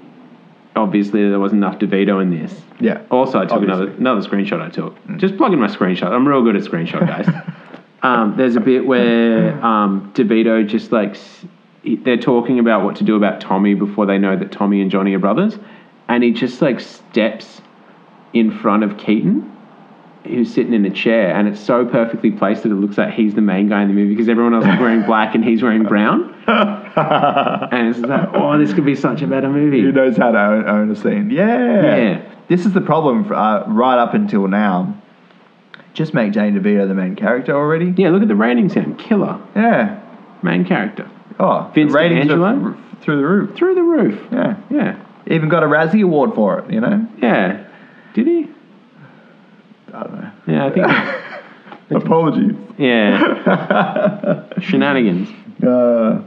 [SPEAKER 1] obviously there wasn't enough DeVito in this.
[SPEAKER 2] Yeah.
[SPEAKER 1] Also I took
[SPEAKER 2] Obviously.
[SPEAKER 1] another another screenshot I took. Just plug in my screenshot. I'm real good at screenshot guys. um, there's a bit where um, DeVito just like s- he- they're talking about what to do about Tommy before they know that Tommy and Johnny are brothers, and he just like steps in front of Keaton, who's sitting in a chair, and it's so perfectly placed that it looks like he's the main guy in the movie because everyone else is wearing black and he's wearing brown, and it's like, oh, this could be such a better
[SPEAKER 2] [LAUGHS]
[SPEAKER 1] movie.
[SPEAKER 2] Who knows how to own, own a scene? Yeah.
[SPEAKER 1] Yeah.
[SPEAKER 2] This is the problem for, uh, right up until now. Just make Danny DeVito the main character already.
[SPEAKER 1] yeah, look at the ratings, him killer
[SPEAKER 2] Yeah.
[SPEAKER 1] main character
[SPEAKER 2] Oh,
[SPEAKER 1] Vince
[SPEAKER 2] ratings are
[SPEAKER 1] D'Angelo?
[SPEAKER 2] f- through the roof.
[SPEAKER 1] through the roof.
[SPEAKER 2] Yeah.
[SPEAKER 1] Yeah,
[SPEAKER 2] Even got a Razzie Award for it, you know?
[SPEAKER 1] yeah. Did he?
[SPEAKER 2] I don't know.
[SPEAKER 1] Yeah, I think.
[SPEAKER 2] Apologies.
[SPEAKER 1] Yeah. [LAUGHS] Shenanigans.
[SPEAKER 2] Uh,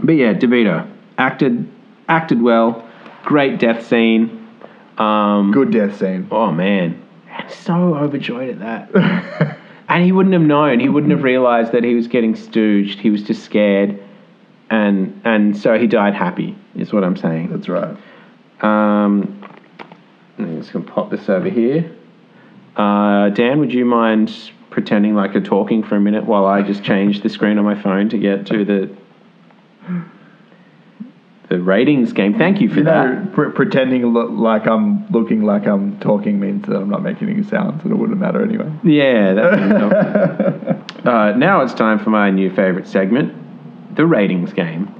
[SPEAKER 1] But yeah, DeVito acted acted well. Great death scene. Um,
[SPEAKER 2] good death scene. [LAUGHS]
[SPEAKER 1] Oh man, I'm so overjoyed at that. and he wouldn't have known. He wouldn't have realized that he was getting stooged. He was just scared, and and so he died happy. Is what I'm saying.
[SPEAKER 2] That's right.
[SPEAKER 1] Um, I'm just gonna pop this over here. Uh, Dan, would you mind pretending like you're talking for a minute while I just change the screen on my phone to get to the the ratings game? Thank you for
[SPEAKER 2] You
[SPEAKER 1] that.
[SPEAKER 2] know, pre- pretending lo- like I'm looking like I'm talking means that I'm not making any sounds and it wouldn't matter anyway.
[SPEAKER 1] Yeah, that's [LAUGHS] uh, now it's time for my new favorite segment, the ratings game.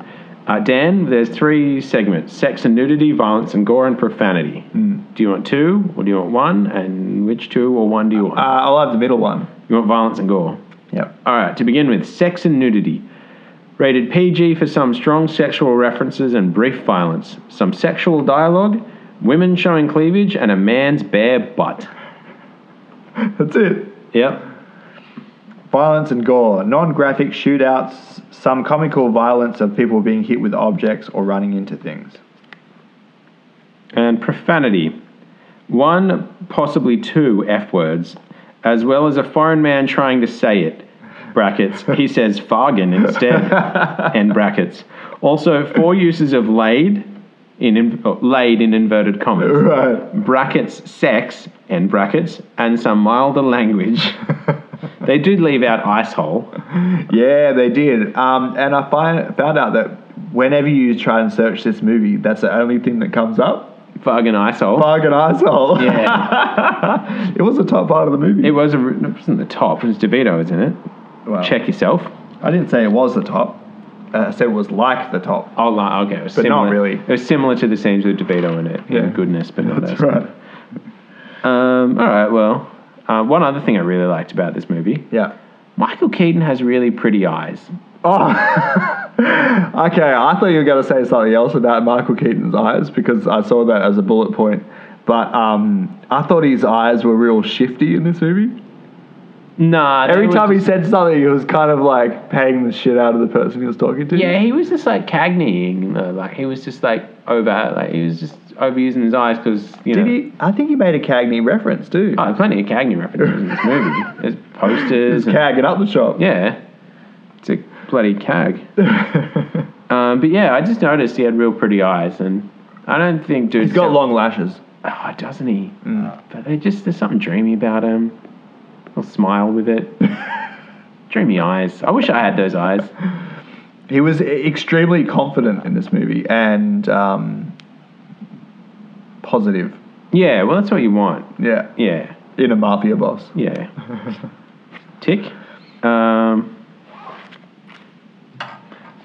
[SPEAKER 1] Uh, Dan, there's three segments: sex and nudity, violence and gore, and profanity.
[SPEAKER 2] Hmm.
[SPEAKER 1] Do you want two, or do you want one? And which two or one do you want?
[SPEAKER 2] Uh, I'll have the middle one.
[SPEAKER 1] You want violence and gore.
[SPEAKER 2] Yep. [LAUGHS]
[SPEAKER 1] All right, to begin with, sex and nudity. Rated PG for some strong sexual references and brief violence, some sexual dialogue, women showing cleavage, and a man's bare butt.
[SPEAKER 2] That's it.
[SPEAKER 1] Yep.
[SPEAKER 2] Violence and gore, non graphic shootouts, some comical violence of people being hit with objects or running into things.
[SPEAKER 1] And profanity. One, possibly two F words, as well as a foreign man trying to say it. Brackets. He says Fargan instead. end brackets. Also, four uses of laid in, in oh, laid in inverted commas.
[SPEAKER 2] Right.
[SPEAKER 1] brackets sex end brackets and some
[SPEAKER 2] [LAUGHS]
[SPEAKER 1] milder language. they do leave out ice hole.
[SPEAKER 2] Yeah, they did. Um, and I find, found out that whenever you try and search this movie, that's the only thing that comes up.
[SPEAKER 1] Fug and ice hole.
[SPEAKER 2] Bargain asshole.
[SPEAKER 1] Yeah,
[SPEAKER 2] [LAUGHS] it was the top part of the movie.
[SPEAKER 1] it was a, it wasn't the top. It was DeVito, isn't it?
[SPEAKER 2] Well,
[SPEAKER 1] Check yourself.
[SPEAKER 2] I didn't say it was the top. Uh, I said it was like the top.
[SPEAKER 1] Oh, li- okay. It was
[SPEAKER 2] But
[SPEAKER 1] similar.
[SPEAKER 2] not really.
[SPEAKER 1] It was similar to the scenes with DeVito in it. Yeah.
[SPEAKER 2] Yeah.
[SPEAKER 1] goodness, but not
[SPEAKER 2] That's
[SPEAKER 1] as-
[SPEAKER 2] right.
[SPEAKER 1] Um, all right. Well, uh, one other thing I really liked about this movie,
[SPEAKER 2] Yeah.
[SPEAKER 1] Michael Keaton has really pretty eyes.
[SPEAKER 2] Oh. [LAUGHS] okay, I thought you were going to say something else about Michael Keaton's eyes because I saw that as a bullet point. But um, I thought his eyes were real shifty in this movie.
[SPEAKER 1] Nah. they
[SPEAKER 2] Every
[SPEAKER 1] were
[SPEAKER 2] time he
[SPEAKER 1] just-
[SPEAKER 2] said something, he was kind of like paying the shit out of the person he was talking to.
[SPEAKER 1] Yeah, he was just like cagnying. though. Like he was just like over. Like he was just overusing his eyes because you know.
[SPEAKER 2] Did he? I think he made a Cagney reference too.
[SPEAKER 1] Oh, plenty of Cagney references in this movie.
[SPEAKER 2] [LAUGHS]
[SPEAKER 1] There's posters.
[SPEAKER 2] He's
[SPEAKER 1] and-
[SPEAKER 2] cagging up the shop.
[SPEAKER 1] yeah. It's a bloody
[SPEAKER 2] [LAUGHS]
[SPEAKER 1] cag.
[SPEAKER 2] Yeah.
[SPEAKER 1] Um, but yeah, I just noticed he had real pretty eyes, and I don't think dude.
[SPEAKER 2] He's got Mm. long lashes.
[SPEAKER 1] Oh, doesn't he? But they just there's something dreamy about him. He'll smile
[SPEAKER 2] [LAUGHS]
[SPEAKER 1] with it. dreamy eyes. I wish I had those eyes.
[SPEAKER 2] He was e- extremely confident in this movie and um, positive.
[SPEAKER 1] Yeah, well, that's what you want.
[SPEAKER 2] Yeah,
[SPEAKER 1] Yeah,
[SPEAKER 2] in a mafia boss. [LAUGHS]
[SPEAKER 1] yeah. Tick. Um,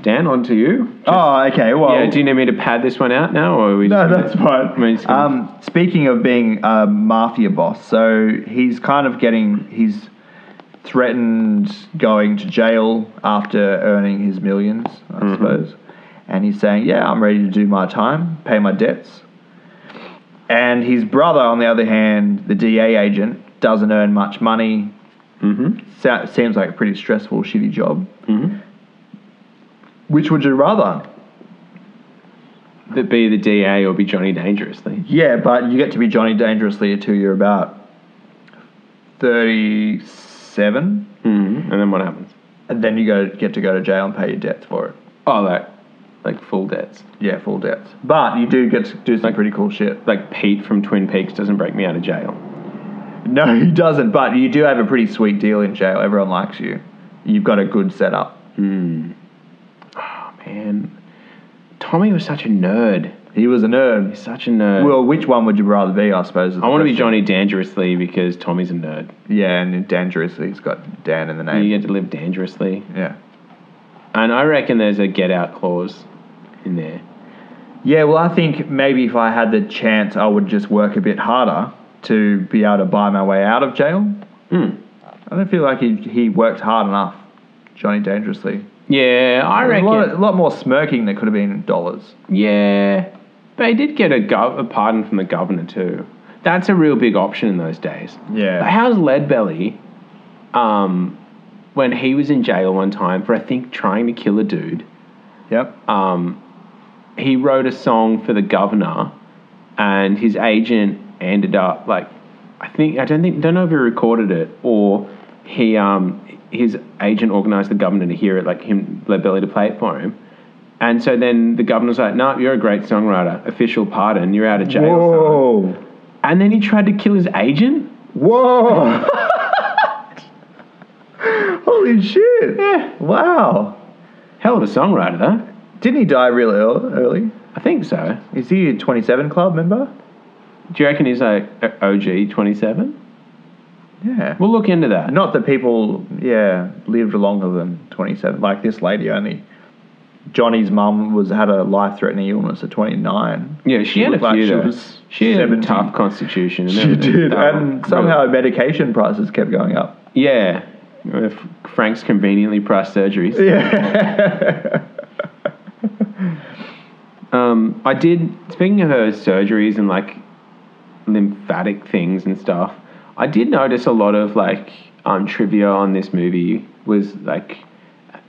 [SPEAKER 1] Dan, on to you.
[SPEAKER 2] oh, okay. Well,
[SPEAKER 1] yeah, do you need me to pad this one out now, or are we?
[SPEAKER 2] no, that's
[SPEAKER 1] just I mean,
[SPEAKER 2] fine.
[SPEAKER 1] it's gonna-
[SPEAKER 2] Um, speaking of being a mafia boss, so he's kind of getting he's threatened going to jail after earning his millions, I
[SPEAKER 1] Mm-hmm.
[SPEAKER 2] suppose. And he's saying, "Yeah, I'm ready to do my time, pay my debts." And his brother, on the other hand, the DA agent, doesn't earn much money.
[SPEAKER 1] Mm-hmm.
[SPEAKER 2] So, seems like a pretty stressful, shitty job. Which would you rather?
[SPEAKER 1] that be the DA or be Johnny Dangerously.
[SPEAKER 2] Yeah, but you get to be Johnny Dangerously until you're about 37,
[SPEAKER 1] Mm-hmm. And then what happens?
[SPEAKER 2] and then you go get to go to jail and pay your debts for it.
[SPEAKER 1] Oh, like like full debts.
[SPEAKER 2] Yeah, full debts. But you do get to do some pretty cool shit.
[SPEAKER 1] Like Pete from Twin Peaks doesn't break me out of jail.
[SPEAKER 2] No, [LAUGHS] he doesn't, but you do have a pretty sweet deal in jail. Everyone likes you. You've got a good setup.
[SPEAKER 1] Man, Tommy was such a nerd.
[SPEAKER 2] He was a nerd.
[SPEAKER 1] Such a nerd.
[SPEAKER 2] Well, which one would you rather be, I suppose? is the
[SPEAKER 1] I want to be
[SPEAKER 2] question.
[SPEAKER 1] Johnny Dangerously because Tommy's a nerd.
[SPEAKER 2] Yeah, and Dangerously, he's got Dan in the
[SPEAKER 1] You
[SPEAKER 2] name.
[SPEAKER 1] get to live dangerously.
[SPEAKER 2] Yeah.
[SPEAKER 1] And I reckon there's a get out clause in there.
[SPEAKER 2] Yeah, well, I think maybe if I had the chance, I would just work a bit harder to be able to buy my way out of jail. I don't feel like he, he worked hard enough, Johnny Dangerously.
[SPEAKER 1] Yeah, I
[SPEAKER 2] There's
[SPEAKER 1] reckon.
[SPEAKER 2] A lot, a lot more smirking that could have been dollars.
[SPEAKER 1] yeah. But he did get a, gov- a pardon from the governor, too. That's a real big option in those days. But
[SPEAKER 2] Yeah.
[SPEAKER 1] how's Leadbelly, um, when he was in jail one time for I think trying to kill a dude,
[SPEAKER 2] Yep.
[SPEAKER 1] he wrote a song for the governor, and his agent ended up like, I think I don't think don't know if he recorded it or he um his agent organised the governor to hear it like him Leadbelly to play it for him. And so then the governor's like, "No, you're a great songwriter. Official pardon. You're out of jail." son."
[SPEAKER 2] Whoa.
[SPEAKER 1] And then he tried to kill his agent.
[SPEAKER 2] Whoa. Holy shit.
[SPEAKER 1] Yeah.
[SPEAKER 2] Wow.
[SPEAKER 1] Hell of a songwriter, though.
[SPEAKER 2] Didn't he die real earl- early?
[SPEAKER 1] I think so.
[SPEAKER 2] Is he a 27 Club member?
[SPEAKER 1] Do you reckon he's like a OG 27?
[SPEAKER 2] Yeah.
[SPEAKER 1] We'll look into that.
[SPEAKER 2] Not that people, yeah, lived longer than 27. Like this lady only. Johnny's mum was had a life threatening illness at 29.
[SPEAKER 1] yeah, she, had a
[SPEAKER 2] looked like
[SPEAKER 1] few.
[SPEAKER 2] she
[SPEAKER 1] though.
[SPEAKER 2] was
[SPEAKER 1] she had a
[SPEAKER 2] 17.
[SPEAKER 1] tough constitution. And
[SPEAKER 2] She
[SPEAKER 1] everything.
[SPEAKER 2] did.
[SPEAKER 1] That
[SPEAKER 2] And
[SPEAKER 1] was
[SPEAKER 2] somehow
[SPEAKER 1] really-
[SPEAKER 2] medication prices kept going up.
[SPEAKER 1] yeah. If Frank's conveniently priced surgeries.
[SPEAKER 2] Yeah.
[SPEAKER 1] Um, I did. Speaking of her surgeries and like lymphatic things and stuff, I did notice a lot of like um, trivia on this movie was like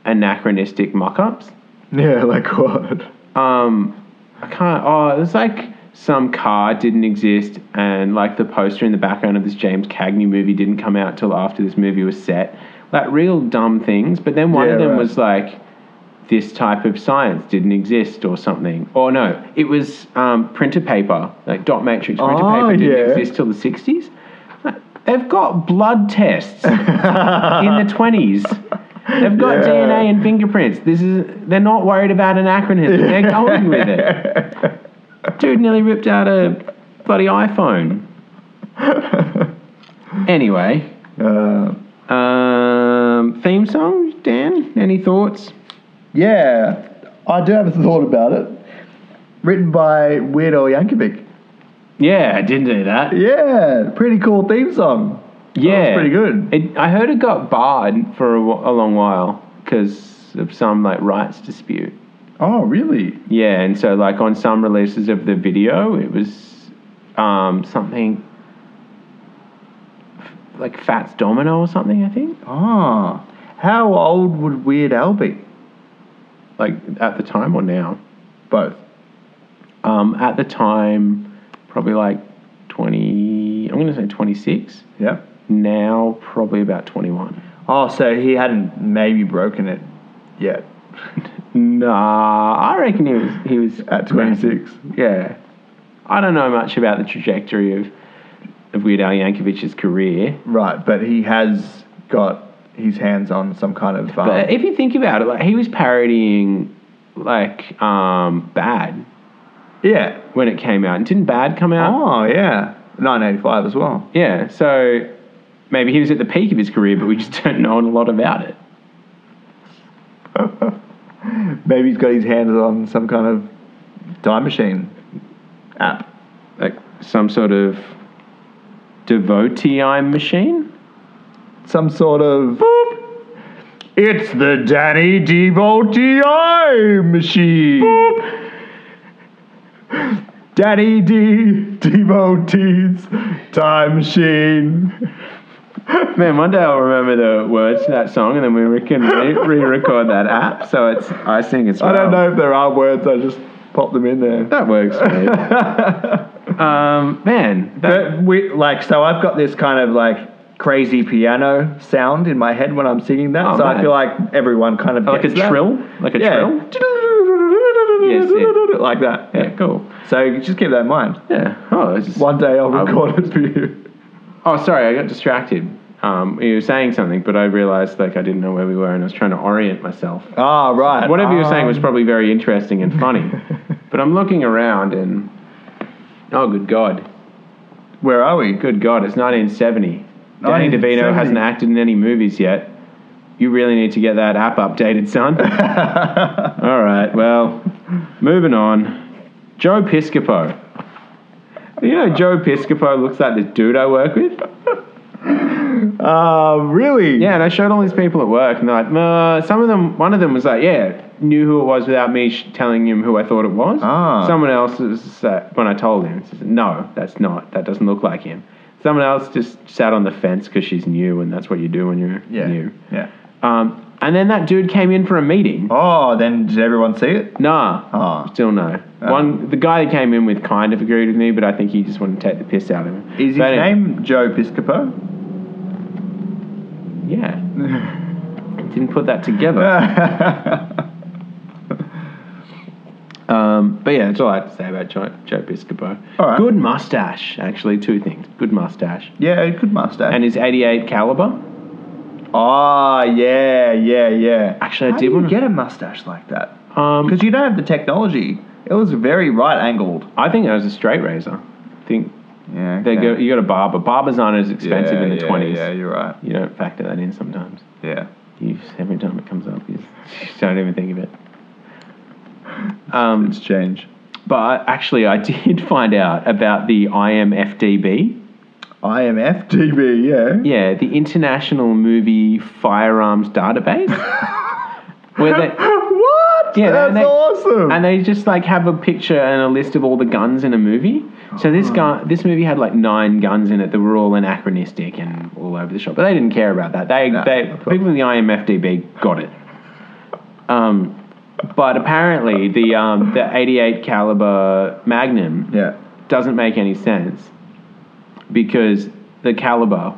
[SPEAKER 1] anachronistic muck-ups.
[SPEAKER 2] [LAUGHS] yeah, like what?
[SPEAKER 1] um, I can't. Oh, it's like some car didn't exist, and like the poster in the background of this James Cagney movie didn't come out till after this movie was set. Like real dumb things. But then one
[SPEAKER 2] Yeah,
[SPEAKER 1] of them
[SPEAKER 2] right.
[SPEAKER 1] was like, this type of science didn't exist or something. Or no, it was um, printer paper, like dot matrix printer
[SPEAKER 2] Oh,
[SPEAKER 1] paper didn't
[SPEAKER 2] yeah.
[SPEAKER 1] exist till the sixties. They've got blood
[SPEAKER 2] [LAUGHS]
[SPEAKER 1] tests in the twenties. They've got
[SPEAKER 2] Yeah.
[SPEAKER 1] DNA and fingerprints. This is they're not worried about anachronism. They're going with it.
[SPEAKER 2] [LAUGHS]
[SPEAKER 1] Dude nearly ripped out a bloody iPhone. Anyway,
[SPEAKER 2] Uh,
[SPEAKER 1] um, theme song, Dan. Any thoughts?
[SPEAKER 2] yeah, I do have a thought about it. Written by Weird Al Yankovic.
[SPEAKER 1] Yeah, I did do that.
[SPEAKER 2] Yeah, pretty cool theme song.
[SPEAKER 1] Yeah,
[SPEAKER 2] That was pretty good.
[SPEAKER 1] It, I heard it got barred for a, wh- a long while because of some like rights dispute.
[SPEAKER 2] Oh, really?
[SPEAKER 1] Yeah, and so like on some releases of the video, it was um, something like Fats Domino or something. I think
[SPEAKER 2] Ah, how old would Weird Al be?
[SPEAKER 1] like at the time or now.
[SPEAKER 2] Both.
[SPEAKER 1] Um, at the time, probably like twenty. I'm going to say twenty six.
[SPEAKER 2] Yeah.
[SPEAKER 1] Now probably about twenty one.
[SPEAKER 2] Oh, so he hadn't maybe broken it yet
[SPEAKER 1] Nah, I reckon he was he was
[SPEAKER 2] at 26.
[SPEAKER 1] Yeah, I don't know much about the trajectory of of Weird Al Yankovic's career.
[SPEAKER 2] Right, but he has got his hands on some kind of. Um,
[SPEAKER 1] But if you think about it, like he was parodying like um, Bad
[SPEAKER 2] yeah.
[SPEAKER 1] when it came out, and didn't Bad come out?
[SPEAKER 2] Oh, yeah. 985 as well.
[SPEAKER 1] Yeah, so maybe he was at the peak of his career, but we just [LAUGHS] don't know a lot about it.
[SPEAKER 2] Maybe he's got his hands on some kind of time machine app.
[SPEAKER 1] Like some sort of devotee machine.
[SPEAKER 2] Some sort of. Boop! It's the Danny Devotee machine. Boop! Danny D. Devotee's time machine.
[SPEAKER 1] Man, one day I'll remember the words to that song, and then we can [LAUGHS] re- re-record that app. So it's I sing as well.
[SPEAKER 2] I don't know if there are words, I just pop them in there.
[SPEAKER 1] That works for [LAUGHS] me. um, man, that,
[SPEAKER 2] But we like so I've got this kind of like crazy piano sound in my head when I'm singing that.
[SPEAKER 1] Oh,
[SPEAKER 2] so I
[SPEAKER 1] man.
[SPEAKER 2] feel like everyone kind of
[SPEAKER 1] Oh, like a
[SPEAKER 2] gets that.
[SPEAKER 1] trill, like a
[SPEAKER 2] Yeah.
[SPEAKER 1] trill.
[SPEAKER 2] Yes,
[SPEAKER 1] yeah.
[SPEAKER 2] Like that.
[SPEAKER 1] [LAUGHS] Yeah, cool.
[SPEAKER 2] So just keep that in mind.
[SPEAKER 1] Yeah. Oh, it's just-
[SPEAKER 2] One day I'll
[SPEAKER 1] I will.
[SPEAKER 2] record it for you.
[SPEAKER 1] oh, sorry, I got distracted. Um, you were saying something, but I realized like I didn't know where we were, and I was trying to orient myself.
[SPEAKER 2] Ah, right.
[SPEAKER 1] Whatever you were saying was
[SPEAKER 2] Um,
[SPEAKER 1] probably very interesting and funny, but I'm looking around and oh, good God,
[SPEAKER 2] Where are [LAUGHS] we?
[SPEAKER 1] good God, it's 1970. Danny DeVito
[SPEAKER 2] 1970.
[SPEAKER 1] hasn't acted in any movies yet. You really need to get that app updated, son. All right. Well, moving on. Joe Piscopo. You know, Joe Piscopo looks like this dude I work with.
[SPEAKER 2] Uh, really?
[SPEAKER 1] Yeah, and I showed all these people at work, and they're like, "Nah." some of them, one of them was like, yeah, knew who it was without me sh- telling him who I thought it was.
[SPEAKER 2] Ah.
[SPEAKER 1] Someone else was uh, when I told him, says, no, that's not. That doesn't look like him. Someone else just sat on the fence because she's new, and that's what you do when you're
[SPEAKER 2] Yeah.
[SPEAKER 1] new.
[SPEAKER 2] Yeah.
[SPEAKER 1] Um, and then that dude came in for a meeting.
[SPEAKER 2] Oh, then did everyone see it?
[SPEAKER 1] Nah.
[SPEAKER 2] Oh.
[SPEAKER 1] Still no. One, the guy that came in with kind of agreed with me, but I think he just wanted to take the piss out of him.
[SPEAKER 2] Is his
[SPEAKER 1] But anyway-
[SPEAKER 2] name Joe Piscopo? [LAUGHS]
[SPEAKER 1] Yeah. Didn't put that together. Um, but yeah, that's all I have to say about Joe, Joe Piscopo.
[SPEAKER 2] All right.
[SPEAKER 1] Good mustache, actually. Two things. Good mustache.
[SPEAKER 2] [LAUGHS] yeah, good mustache.
[SPEAKER 1] And his 88 caliber.
[SPEAKER 2] Ah, yeah, yeah, yeah.
[SPEAKER 1] Actually, I
[SPEAKER 2] How
[SPEAKER 1] did
[SPEAKER 2] do you
[SPEAKER 1] wanna-
[SPEAKER 2] get a mustache like that
[SPEAKER 1] Um,
[SPEAKER 2] because you don't have the technology. It was very right angled.
[SPEAKER 1] I think that was a straight razor. I think
[SPEAKER 2] Yeah,
[SPEAKER 1] they go, you got a barber. Barbers aren't as expensive in the 20s.
[SPEAKER 2] Yeah, you're right.
[SPEAKER 1] You don't factor that in sometimes.
[SPEAKER 2] Yeah.
[SPEAKER 1] You, every time it comes up, you [LAUGHS] just don't even think of it. Um,
[SPEAKER 2] It's change.
[SPEAKER 1] But actually, I [LAUGHS] did find out about the IMFDB.
[SPEAKER 2] IMF DB, yeah.
[SPEAKER 1] Yeah, the International Movie Firearms Database. where they,
[SPEAKER 2] [LAUGHS] what?
[SPEAKER 1] Yeah,
[SPEAKER 2] that's
[SPEAKER 1] and they-
[SPEAKER 2] awesome.
[SPEAKER 1] and they just like have a picture and a list of all the guns in a movie. So this gun, this movie had like nine guns in it that were all anachronistic and all over the shop. But they didn't care about that. They,
[SPEAKER 2] No,
[SPEAKER 1] they
[SPEAKER 2] of course.
[SPEAKER 1] people in the IMFDB got it. Um, but apparently the um, the 88 caliber Magnum
[SPEAKER 2] yeah.
[SPEAKER 1] doesn't make any sense because the caliber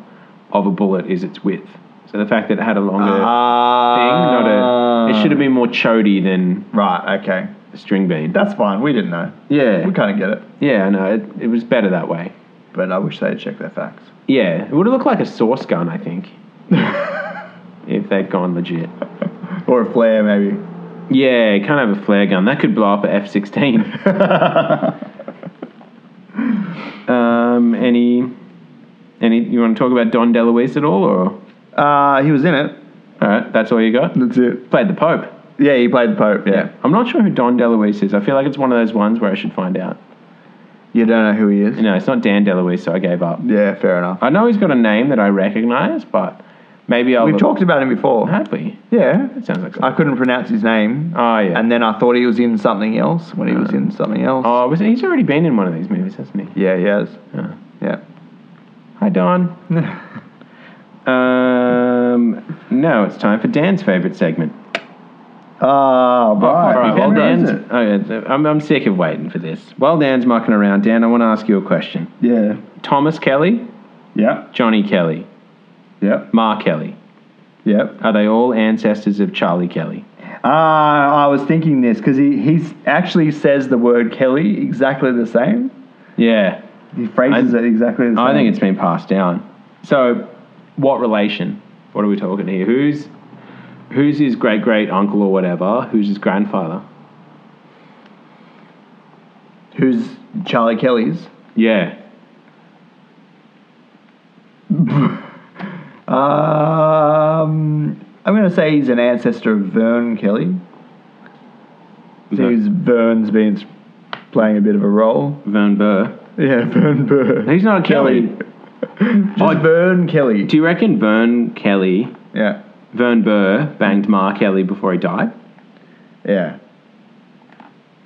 [SPEAKER 1] of a bullet is its width. So the fact that it had a longer
[SPEAKER 2] Ah. Uh,
[SPEAKER 1] thing, not a. It should have been more chody than
[SPEAKER 2] Right. Okay.
[SPEAKER 1] a string bean.
[SPEAKER 2] That's fine. We didn't know.
[SPEAKER 1] yeah,
[SPEAKER 2] We kind of get it,
[SPEAKER 1] yeah, no, it, it was better that way.
[SPEAKER 2] but I wish they'd check their facts.
[SPEAKER 1] Yeah, it would have looked like a source gun, I
[SPEAKER 2] [LAUGHS]
[SPEAKER 1] think, if they'd gone legit.
[SPEAKER 2] Or a flare, maybe.
[SPEAKER 1] Yeah, kind of a flare gun that could blow up a F
[SPEAKER 2] [LAUGHS]
[SPEAKER 1] sixteen. Um, any, any? You want to talk about Don DeLuise at all, or all
[SPEAKER 2] uh, he was in it.
[SPEAKER 1] right? That's all you got.
[SPEAKER 2] That's it.
[SPEAKER 1] Played the Pope.
[SPEAKER 2] Yeah, he played the Pope. yeah.
[SPEAKER 1] I'm not sure who Don DeLuise is. I feel like it's one of those ones where I should find out.
[SPEAKER 2] You don't know who he is.
[SPEAKER 1] No, it's not Dan DeLuise, so I gave up.
[SPEAKER 2] Yeah, fair enough.
[SPEAKER 1] I know he's got a name that I recognise, but maybe I'll.
[SPEAKER 2] We've talked about him before.
[SPEAKER 1] Have we?
[SPEAKER 2] Yeah.
[SPEAKER 1] It sounds like.
[SPEAKER 2] I couldn't pronounce his name.
[SPEAKER 1] oh yeah.
[SPEAKER 2] And then I thought he was in something else when he was in something else.
[SPEAKER 1] oh, was, he's already been in one of these movies, hasn't he?
[SPEAKER 2] Yeah, he has.
[SPEAKER 1] Yeah.
[SPEAKER 2] Yeah.
[SPEAKER 1] Hi Don. [LAUGHS] Um, now it's time for Dan's favorite segment.
[SPEAKER 2] Ah, right.
[SPEAKER 1] Oh, All right, well,
[SPEAKER 2] Penrose,
[SPEAKER 1] Dan's,
[SPEAKER 2] isn't it?
[SPEAKER 1] oh, yeah, I'm, I'm sick of waiting for this. While Dan's mucking around, Dan, I want to ask you a question.
[SPEAKER 2] Yeah.
[SPEAKER 1] Thomas Kelly,
[SPEAKER 2] Yep.
[SPEAKER 1] Johnny Kelly,
[SPEAKER 2] Yep.
[SPEAKER 1] Ma Kelly,
[SPEAKER 2] Yep.
[SPEAKER 1] are they all ancestors of Charlie Kelly?
[SPEAKER 2] Ah, I was thinking this because he he's actually says the word Kelly exactly the same.
[SPEAKER 1] Yeah,
[SPEAKER 2] He phrases it exactly the same.
[SPEAKER 1] I think it's been passed down. So, what relation? What are we talking here? Who's who's his great great uncle or whatever? Who's his grandfather?
[SPEAKER 2] who's Charlie Kelly's.
[SPEAKER 1] Yeah,
[SPEAKER 2] Um, I'm going to say he's an ancestor of Vern Kelly. Because Vern's been playing a bit of a role. [LAUGHS]
[SPEAKER 1] Vern Burr.
[SPEAKER 2] Yeah, Vern Burr.
[SPEAKER 1] He's not a Kelly.
[SPEAKER 2] Just Vern Kelly.
[SPEAKER 1] Do you reckon Vern Kelly,
[SPEAKER 2] yeah,
[SPEAKER 1] Vern Burr, banged Ma Kelly before he died?
[SPEAKER 2] yeah.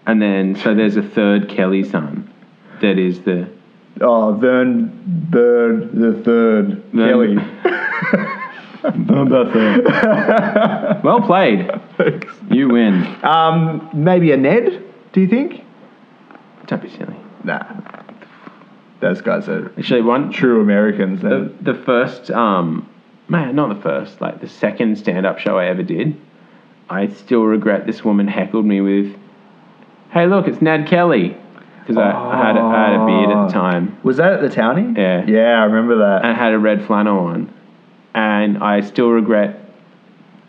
[SPEAKER 1] And then, so there's a third Kelly son that is the.
[SPEAKER 2] Oh, Vern Burr the third
[SPEAKER 1] Vern-
[SPEAKER 2] Kelly.
[SPEAKER 1] [LAUGHS] Well [LAUGHS] played. You win.
[SPEAKER 2] Um, maybe a Ned. Do you think?
[SPEAKER 1] Don't be silly.
[SPEAKER 2] Nah. Those guys are
[SPEAKER 1] Actually, one.
[SPEAKER 2] true Americans. They're-
[SPEAKER 1] The, the first, um, man, not the first, like the second stand up show I ever did, I still regret this woman heckled me with, hey, look, it's Nad Kelly. Because I, I, had a- I had a beard at the time.
[SPEAKER 2] Was that at the townie?
[SPEAKER 1] Yeah.
[SPEAKER 2] Yeah, I remember that.
[SPEAKER 1] [LAUGHS] and had a red flannel on, and I still regret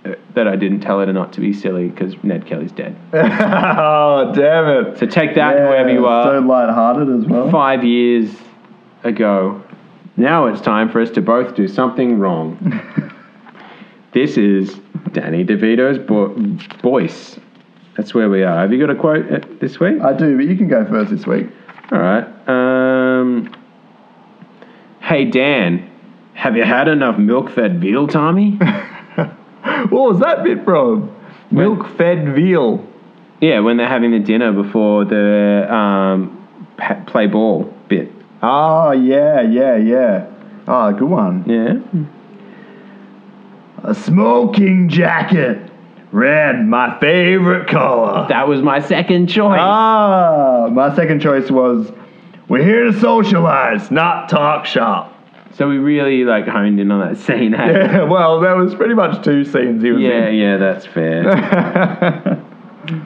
[SPEAKER 1] uh, that I didn't tell her to not to be silly because Ned Kelly's dead.
[SPEAKER 2] oh, damn it.
[SPEAKER 1] So take that wherever you
[SPEAKER 2] So
[SPEAKER 1] are.
[SPEAKER 2] lighthearted as well.
[SPEAKER 1] Five years ago, now it's time for us to both do something wrong. this is Danny DeVito's bo- voice. That's where we are. Have you got a quote uh, this week?
[SPEAKER 2] I do, but you can go first this week.
[SPEAKER 1] All right. Um, hey Dan, have you had enough milk-fed veal, Tommy?
[SPEAKER 2] What was that bit from? Milk fed veal.
[SPEAKER 1] Yeah, when they're having the dinner before the um, pa- play ball bit.
[SPEAKER 2] Oh, yeah, yeah, yeah. Oh, good one.
[SPEAKER 1] Yeah.
[SPEAKER 2] A smoking jacket. Red, my favorite color.
[SPEAKER 1] That was my second choice.
[SPEAKER 2] Ah, my second choice was we're here to socialize, not talk shop. [LAUGHS]
[SPEAKER 1] so we really like honed in on that scene. eh?
[SPEAKER 2] Yeah, well, there was pretty much two scenes he was
[SPEAKER 1] Yeah,
[SPEAKER 2] in.
[SPEAKER 1] yeah,
[SPEAKER 2] [LAUGHS]
[SPEAKER 1] that's fair.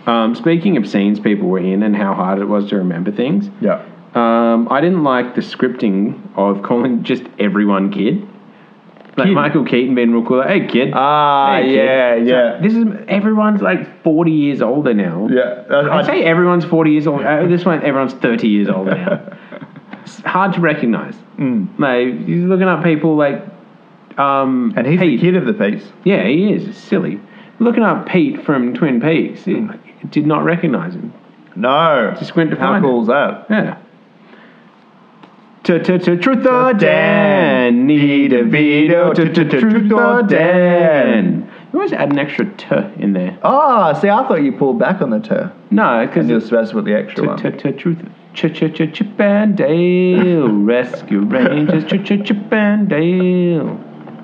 [SPEAKER 1] um, speaking of scenes people were in and how hard it was to remember things,
[SPEAKER 2] yeah.
[SPEAKER 1] um, I didn't like the scripting of calling just everyone kid. Like
[SPEAKER 2] Kid.
[SPEAKER 1] Michael Keaton being real cool, like, hey kid.
[SPEAKER 2] Ah,
[SPEAKER 1] hey,
[SPEAKER 2] yeah,
[SPEAKER 1] kid. So
[SPEAKER 2] yeah.
[SPEAKER 1] this is everyone's like forty years older now.
[SPEAKER 2] yeah. That-
[SPEAKER 1] I'd say everyone's 40 years old. Uh, this one, everyone's 30 years
[SPEAKER 2] [LAUGHS]
[SPEAKER 1] old now. It's hard to recognize. Mm. Like, he's looking up people like. Um,
[SPEAKER 2] and he's
[SPEAKER 1] Pete.
[SPEAKER 2] the kid of the piece.
[SPEAKER 1] Yeah, he is. It's silly. Looking up Pete from Twin Peaks, he did not recognize him.
[SPEAKER 2] No.
[SPEAKER 1] Just went to
[SPEAKER 2] Hmm. How
[SPEAKER 1] find
[SPEAKER 2] cool is that?
[SPEAKER 1] Yeah. Truth or Dan,
[SPEAKER 2] Dan.
[SPEAKER 1] need a veto. Truth or Dan.
[SPEAKER 2] Dan.
[SPEAKER 1] You always add an extra t in there.
[SPEAKER 2] Ah, see, I thought you pulled back on the tur.
[SPEAKER 1] No, because
[SPEAKER 2] And you're supposed to put the extra one.
[SPEAKER 1] Truth. Chip
[SPEAKER 2] [LAUGHS]
[SPEAKER 1] and Dale. Rescue Rangers. Chip and Dale.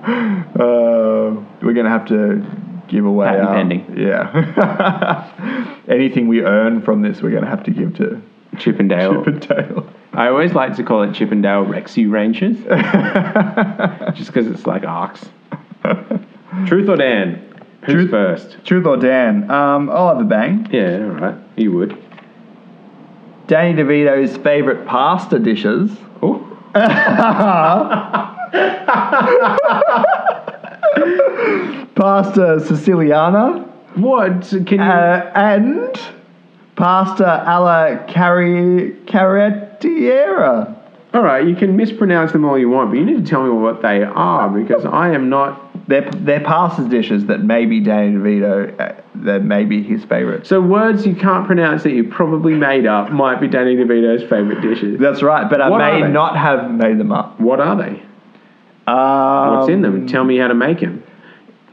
[SPEAKER 2] Uh, we're going to have to give away
[SPEAKER 1] Patent
[SPEAKER 2] our-
[SPEAKER 1] pending.
[SPEAKER 2] Yeah. [LAUGHS] Anything we earn from this, we're going to have to give to
[SPEAKER 1] Chip and Dale.
[SPEAKER 2] Chip and Dale.
[SPEAKER 1] I always like to call it Chip and Dale Rescue Rangers. just because it's like arcs. Truth or Dan? Who's
[SPEAKER 2] Truth.
[SPEAKER 1] first?
[SPEAKER 2] [LAUGHS] Truth or Dan? Um, I'll have a bang.
[SPEAKER 1] Yeah, all right. You would.
[SPEAKER 2] Danny DeVito's favourite pasta dishes.
[SPEAKER 1] Oh.
[SPEAKER 2] Pasta Siciliana
[SPEAKER 1] What? Can you...
[SPEAKER 2] uh, and pasta alla cari- carrettiera.
[SPEAKER 1] all right, you can mispronounce them all you want, but you need to tell me what they are because I am not.
[SPEAKER 2] They're, they're pasta dishes that may be Danny DeVito, uh, that may be his favourite.
[SPEAKER 1] So words you can't pronounce that you probably made up might be Danny DeVito's favorite dishes.
[SPEAKER 2] That's right, but I
[SPEAKER 1] What are
[SPEAKER 2] may
[SPEAKER 1] they?
[SPEAKER 2] not have made them up.
[SPEAKER 1] What are they?
[SPEAKER 2] Um,
[SPEAKER 1] What's in them? Tell me how to make them.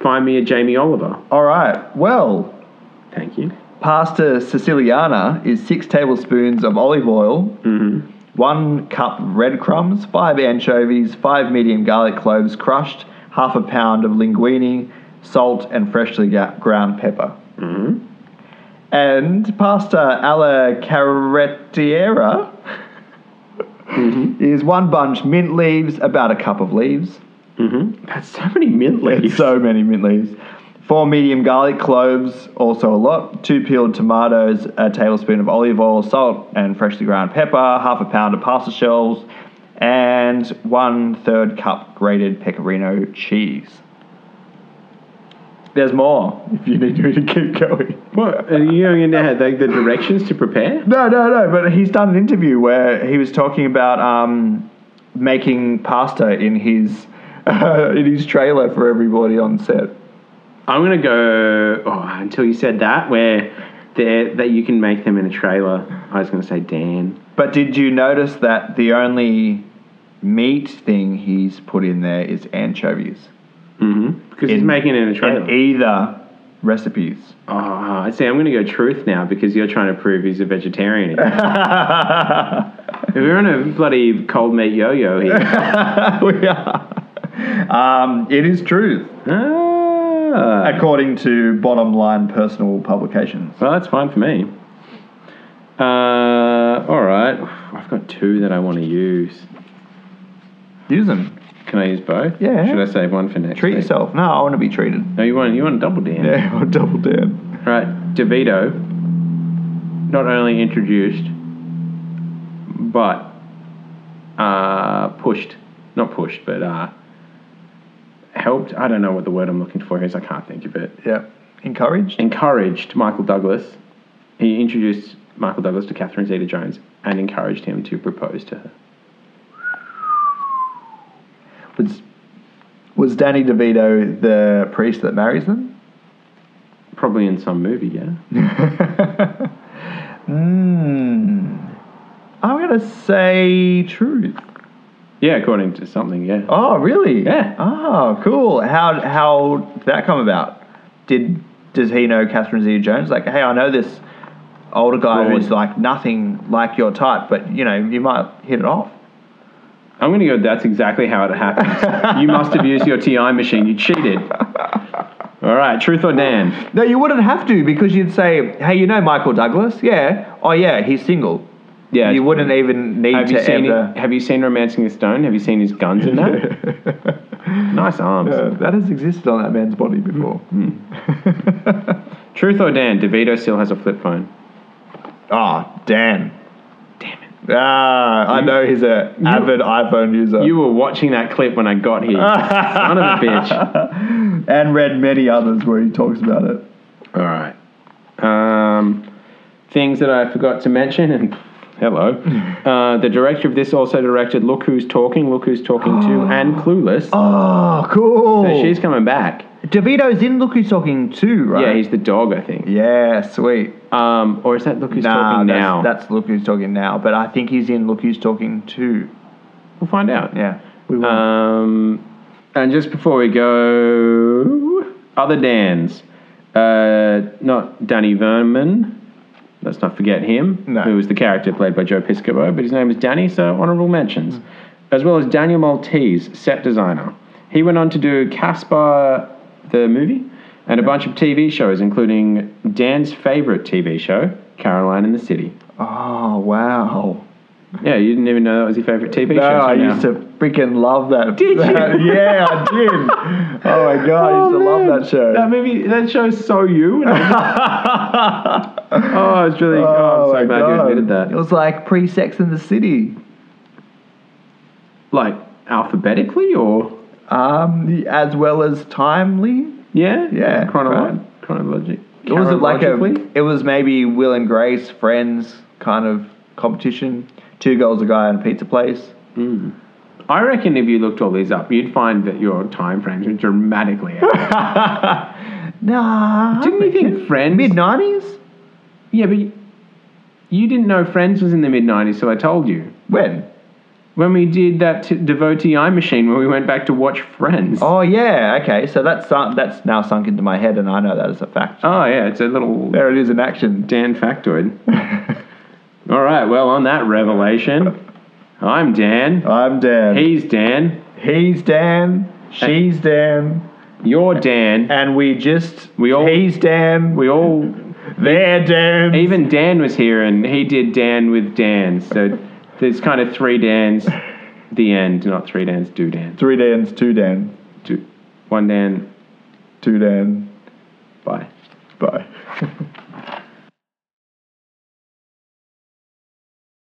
[SPEAKER 1] Find me a Jamie Oliver.
[SPEAKER 2] All right, well,
[SPEAKER 1] Thank you.
[SPEAKER 2] Pasta Siciliana is six tablespoons of olive oil, one cup of breadcrumbs, five anchovies, five medium garlic cloves crushed, half a pound of linguine, salt, and freshly ga- ground pepper. And pasta alla carrettiera is one bunch mint leaves, about a cup of leaves.
[SPEAKER 1] Mm-hmm. That's so many mint leaves.
[SPEAKER 2] [LAUGHS] So many mint leaves. Four medium garlic cloves, also a lot. Two peeled tomatoes, a tablespoon of olive oil, salt, and freshly ground pepper. Half a pound of pasta shells, and one third cup grated pecorino cheese. There's more if you need me to keep going.
[SPEAKER 1] what? Are you going into like, the directions to prepare?
[SPEAKER 2] No, no, no. But he's done an interview where he was talking about um, making pasta in his [LAUGHS] in his trailer for everybody on set.
[SPEAKER 1] I'm gonna go oh, until you said that where they're- that you can make them in a trailer. I was gonna say Dan.
[SPEAKER 2] But did you notice that the only meat thing he's put in there is anchovies
[SPEAKER 1] Mm-hmm. Because he's
[SPEAKER 2] In-
[SPEAKER 1] making it in a trailer.
[SPEAKER 2] in either recipes? [LAUGHS]
[SPEAKER 1] oh, I see. I'm gonna go truth now because you're trying to prove he's
[SPEAKER 2] [LAUGHS]
[SPEAKER 1] a vegetarian. again. We're on a bloody cold meat yo-yo
[SPEAKER 2] [LAUGHS]
[SPEAKER 1] here.
[SPEAKER 2] we are. Um, it is truth,
[SPEAKER 1] ah.
[SPEAKER 2] according to bottom line personal publications.
[SPEAKER 1] Well, that's fine for me. Uh, all right. I've got two that I want to use.
[SPEAKER 2] Use them.
[SPEAKER 1] Can I use both?
[SPEAKER 2] Yeah.
[SPEAKER 1] Should I save one for next?
[SPEAKER 2] Treat
[SPEAKER 1] week?
[SPEAKER 2] yourself. No, I want to be treated.
[SPEAKER 1] No, you want you want a double
[SPEAKER 2] [LAUGHS]
[SPEAKER 1] Dan.
[SPEAKER 2] Yeah, I'll double down.
[SPEAKER 1] Right, DeVito not only introduced, but uh, pushed, not pushed, but uh, helped. I don't know what the word I'm looking for is, I can't think of it.
[SPEAKER 2] Yeah. Encouraged?
[SPEAKER 1] Encouraged Michael Douglas. He introduced Michael Douglas to Catherine Zeta Jones and encouraged him to propose to her.
[SPEAKER 2] Was, was Danny DeVito the priest that marries them?
[SPEAKER 1] Probably in some movie, yeah?
[SPEAKER 2] [LAUGHS] Mm. I'm gonna say truth.
[SPEAKER 1] Yeah, according to something, yeah.
[SPEAKER 2] Oh, really?
[SPEAKER 1] Yeah.
[SPEAKER 2] Oh, cool. How how did that come about? Did does he know Catherine Zeta Jones? Like, hey, I know this older guy
[SPEAKER 1] Broad.
[SPEAKER 2] who's like nothing like your type, but you know, you might hit it off.
[SPEAKER 1] I'm going to go, that's exactly how it happened. you must have used your TI machine. You cheated. All right, truth or Dan?
[SPEAKER 2] No, you wouldn't have to because you'd say, hey, you know Michael Douglas? Yeah. Oh, yeah, he's single.
[SPEAKER 1] Yeah.
[SPEAKER 2] you wouldn't even need
[SPEAKER 1] Have
[SPEAKER 2] to
[SPEAKER 1] you, seen,
[SPEAKER 2] ever.
[SPEAKER 1] have you seen Romancing the Stone? Have you seen his guns in that? nice arms.
[SPEAKER 2] Uh, [LAUGHS] that has existed on that man's body before.
[SPEAKER 1] Truth or Dan? DeVito still has a flip phone.
[SPEAKER 2] Ah, Dan. Damn it. Ah, I know he's a avid iPhone user.
[SPEAKER 1] You were watching that clip when I
[SPEAKER 2] [LAUGHS]
[SPEAKER 1] got here. Son of a bitch.
[SPEAKER 2] and read many others where he talks about it.
[SPEAKER 1] All right. Um, things that I forgot to mention, and
[SPEAKER 2] [LAUGHS]
[SPEAKER 1] hello. Uh, the director of this also directed Look Who's Talking, Look Who's Talking
[SPEAKER 2] [GASPS]
[SPEAKER 1] To, and Clueless.
[SPEAKER 2] Oh, cool.
[SPEAKER 1] So she's coming back.
[SPEAKER 2] DeVito's in Look Who's Talking too,
[SPEAKER 1] Yeah,
[SPEAKER 2] right?
[SPEAKER 1] he's the dog, I think.
[SPEAKER 2] Yeah, sweet.
[SPEAKER 1] Um, or is that Look Who's Talking
[SPEAKER 2] that's,
[SPEAKER 1] Now?
[SPEAKER 2] that's Look Who's Talking Now, but I think he's in Look Who's Talking too.
[SPEAKER 1] we'll find out.
[SPEAKER 2] Yeah. We will.
[SPEAKER 1] Um, and just before we go, other Dan's, uh, not Danny Verman. Let's not forget him,
[SPEAKER 2] No.
[SPEAKER 1] who was the character played by Joe Piscopo, but his name is Danny, so honourable mentions.
[SPEAKER 2] Mm.
[SPEAKER 1] As well as Daniel Maltese, set designer. He went on to do Caspar, the movie, and a bunch of TV shows, including Dan's favourite TV show, Caroline in the City.
[SPEAKER 2] oh, wow.
[SPEAKER 1] Yeah, you didn't even know that was your favourite TV
[SPEAKER 2] No,
[SPEAKER 1] show.
[SPEAKER 2] I
[SPEAKER 1] until now.
[SPEAKER 2] used to freaking love that.
[SPEAKER 1] Did you?
[SPEAKER 2] [LAUGHS] yeah, I did. Oh my god, I used to love that [LAUGHS] show.
[SPEAKER 1] That movie, that show's so you. And
[SPEAKER 2] [LAUGHS]
[SPEAKER 1] I just- oh, it's really. Oh, I'm so glad you admitted
[SPEAKER 2] It
[SPEAKER 1] that.
[SPEAKER 2] was like pre-Sex in the City.
[SPEAKER 1] Like alphabetically, or
[SPEAKER 2] Um, as well as timely.
[SPEAKER 1] yeah,
[SPEAKER 2] Yeah,
[SPEAKER 1] chronolog- chronologic.
[SPEAKER 2] It was like a.
[SPEAKER 1] chronologically?
[SPEAKER 2] It was maybe Will and Grace, Friends, kind of competition. Two girls, a guy, and a pizza place. [LAUGHS]
[SPEAKER 1] I reckon if you looked all these up, you'd find that your time frames are
[SPEAKER 2] [LAUGHS]
[SPEAKER 1] dramatically. Out.
[SPEAKER 2] Nah.
[SPEAKER 1] Didn't you think Friends?
[SPEAKER 2] mid nineties?
[SPEAKER 1] Yeah, but you, you didn't know Friends was in the mid '90s, so I told you
[SPEAKER 2] When?
[SPEAKER 1] when we did that t- devotee eye machine where we went back to watch Friends.
[SPEAKER 2] Oh yeah. Okay. So that's sunk- that's now sunk into my head, and I know that as a fact.
[SPEAKER 1] Oh, yeah, it's a little
[SPEAKER 2] There it is in action.
[SPEAKER 1] Dan Factoid. All right, well, on that revelation, [LAUGHS] I'm Dan.
[SPEAKER 2] I'm Dan.
[SPEAKER 1] He's Dan.
[SPEAKER 2] He's Dan. She's Dan,
[SPEAKER 1] You're Dan.
[SPEAKER 2] and we just
[SPEAKER 1] We all-
[SPEAKER 2] he's Dan,
[SPEAKER 1] We all,
[SPEAKER 2] they're Dan.
[SPEAKER 1] even Dan was here, and he did Dan with Dan. So there's kind of three Dans. The end, not three Dans. Do Dan.
[SPEAKER 2] Three Dans, two Dan,
[SPEAKER 1] Do one Dan.
[SPEAKER 2] two Dan.
[SPEAKER 1] Bye.
[SPEAKER 2] Bye.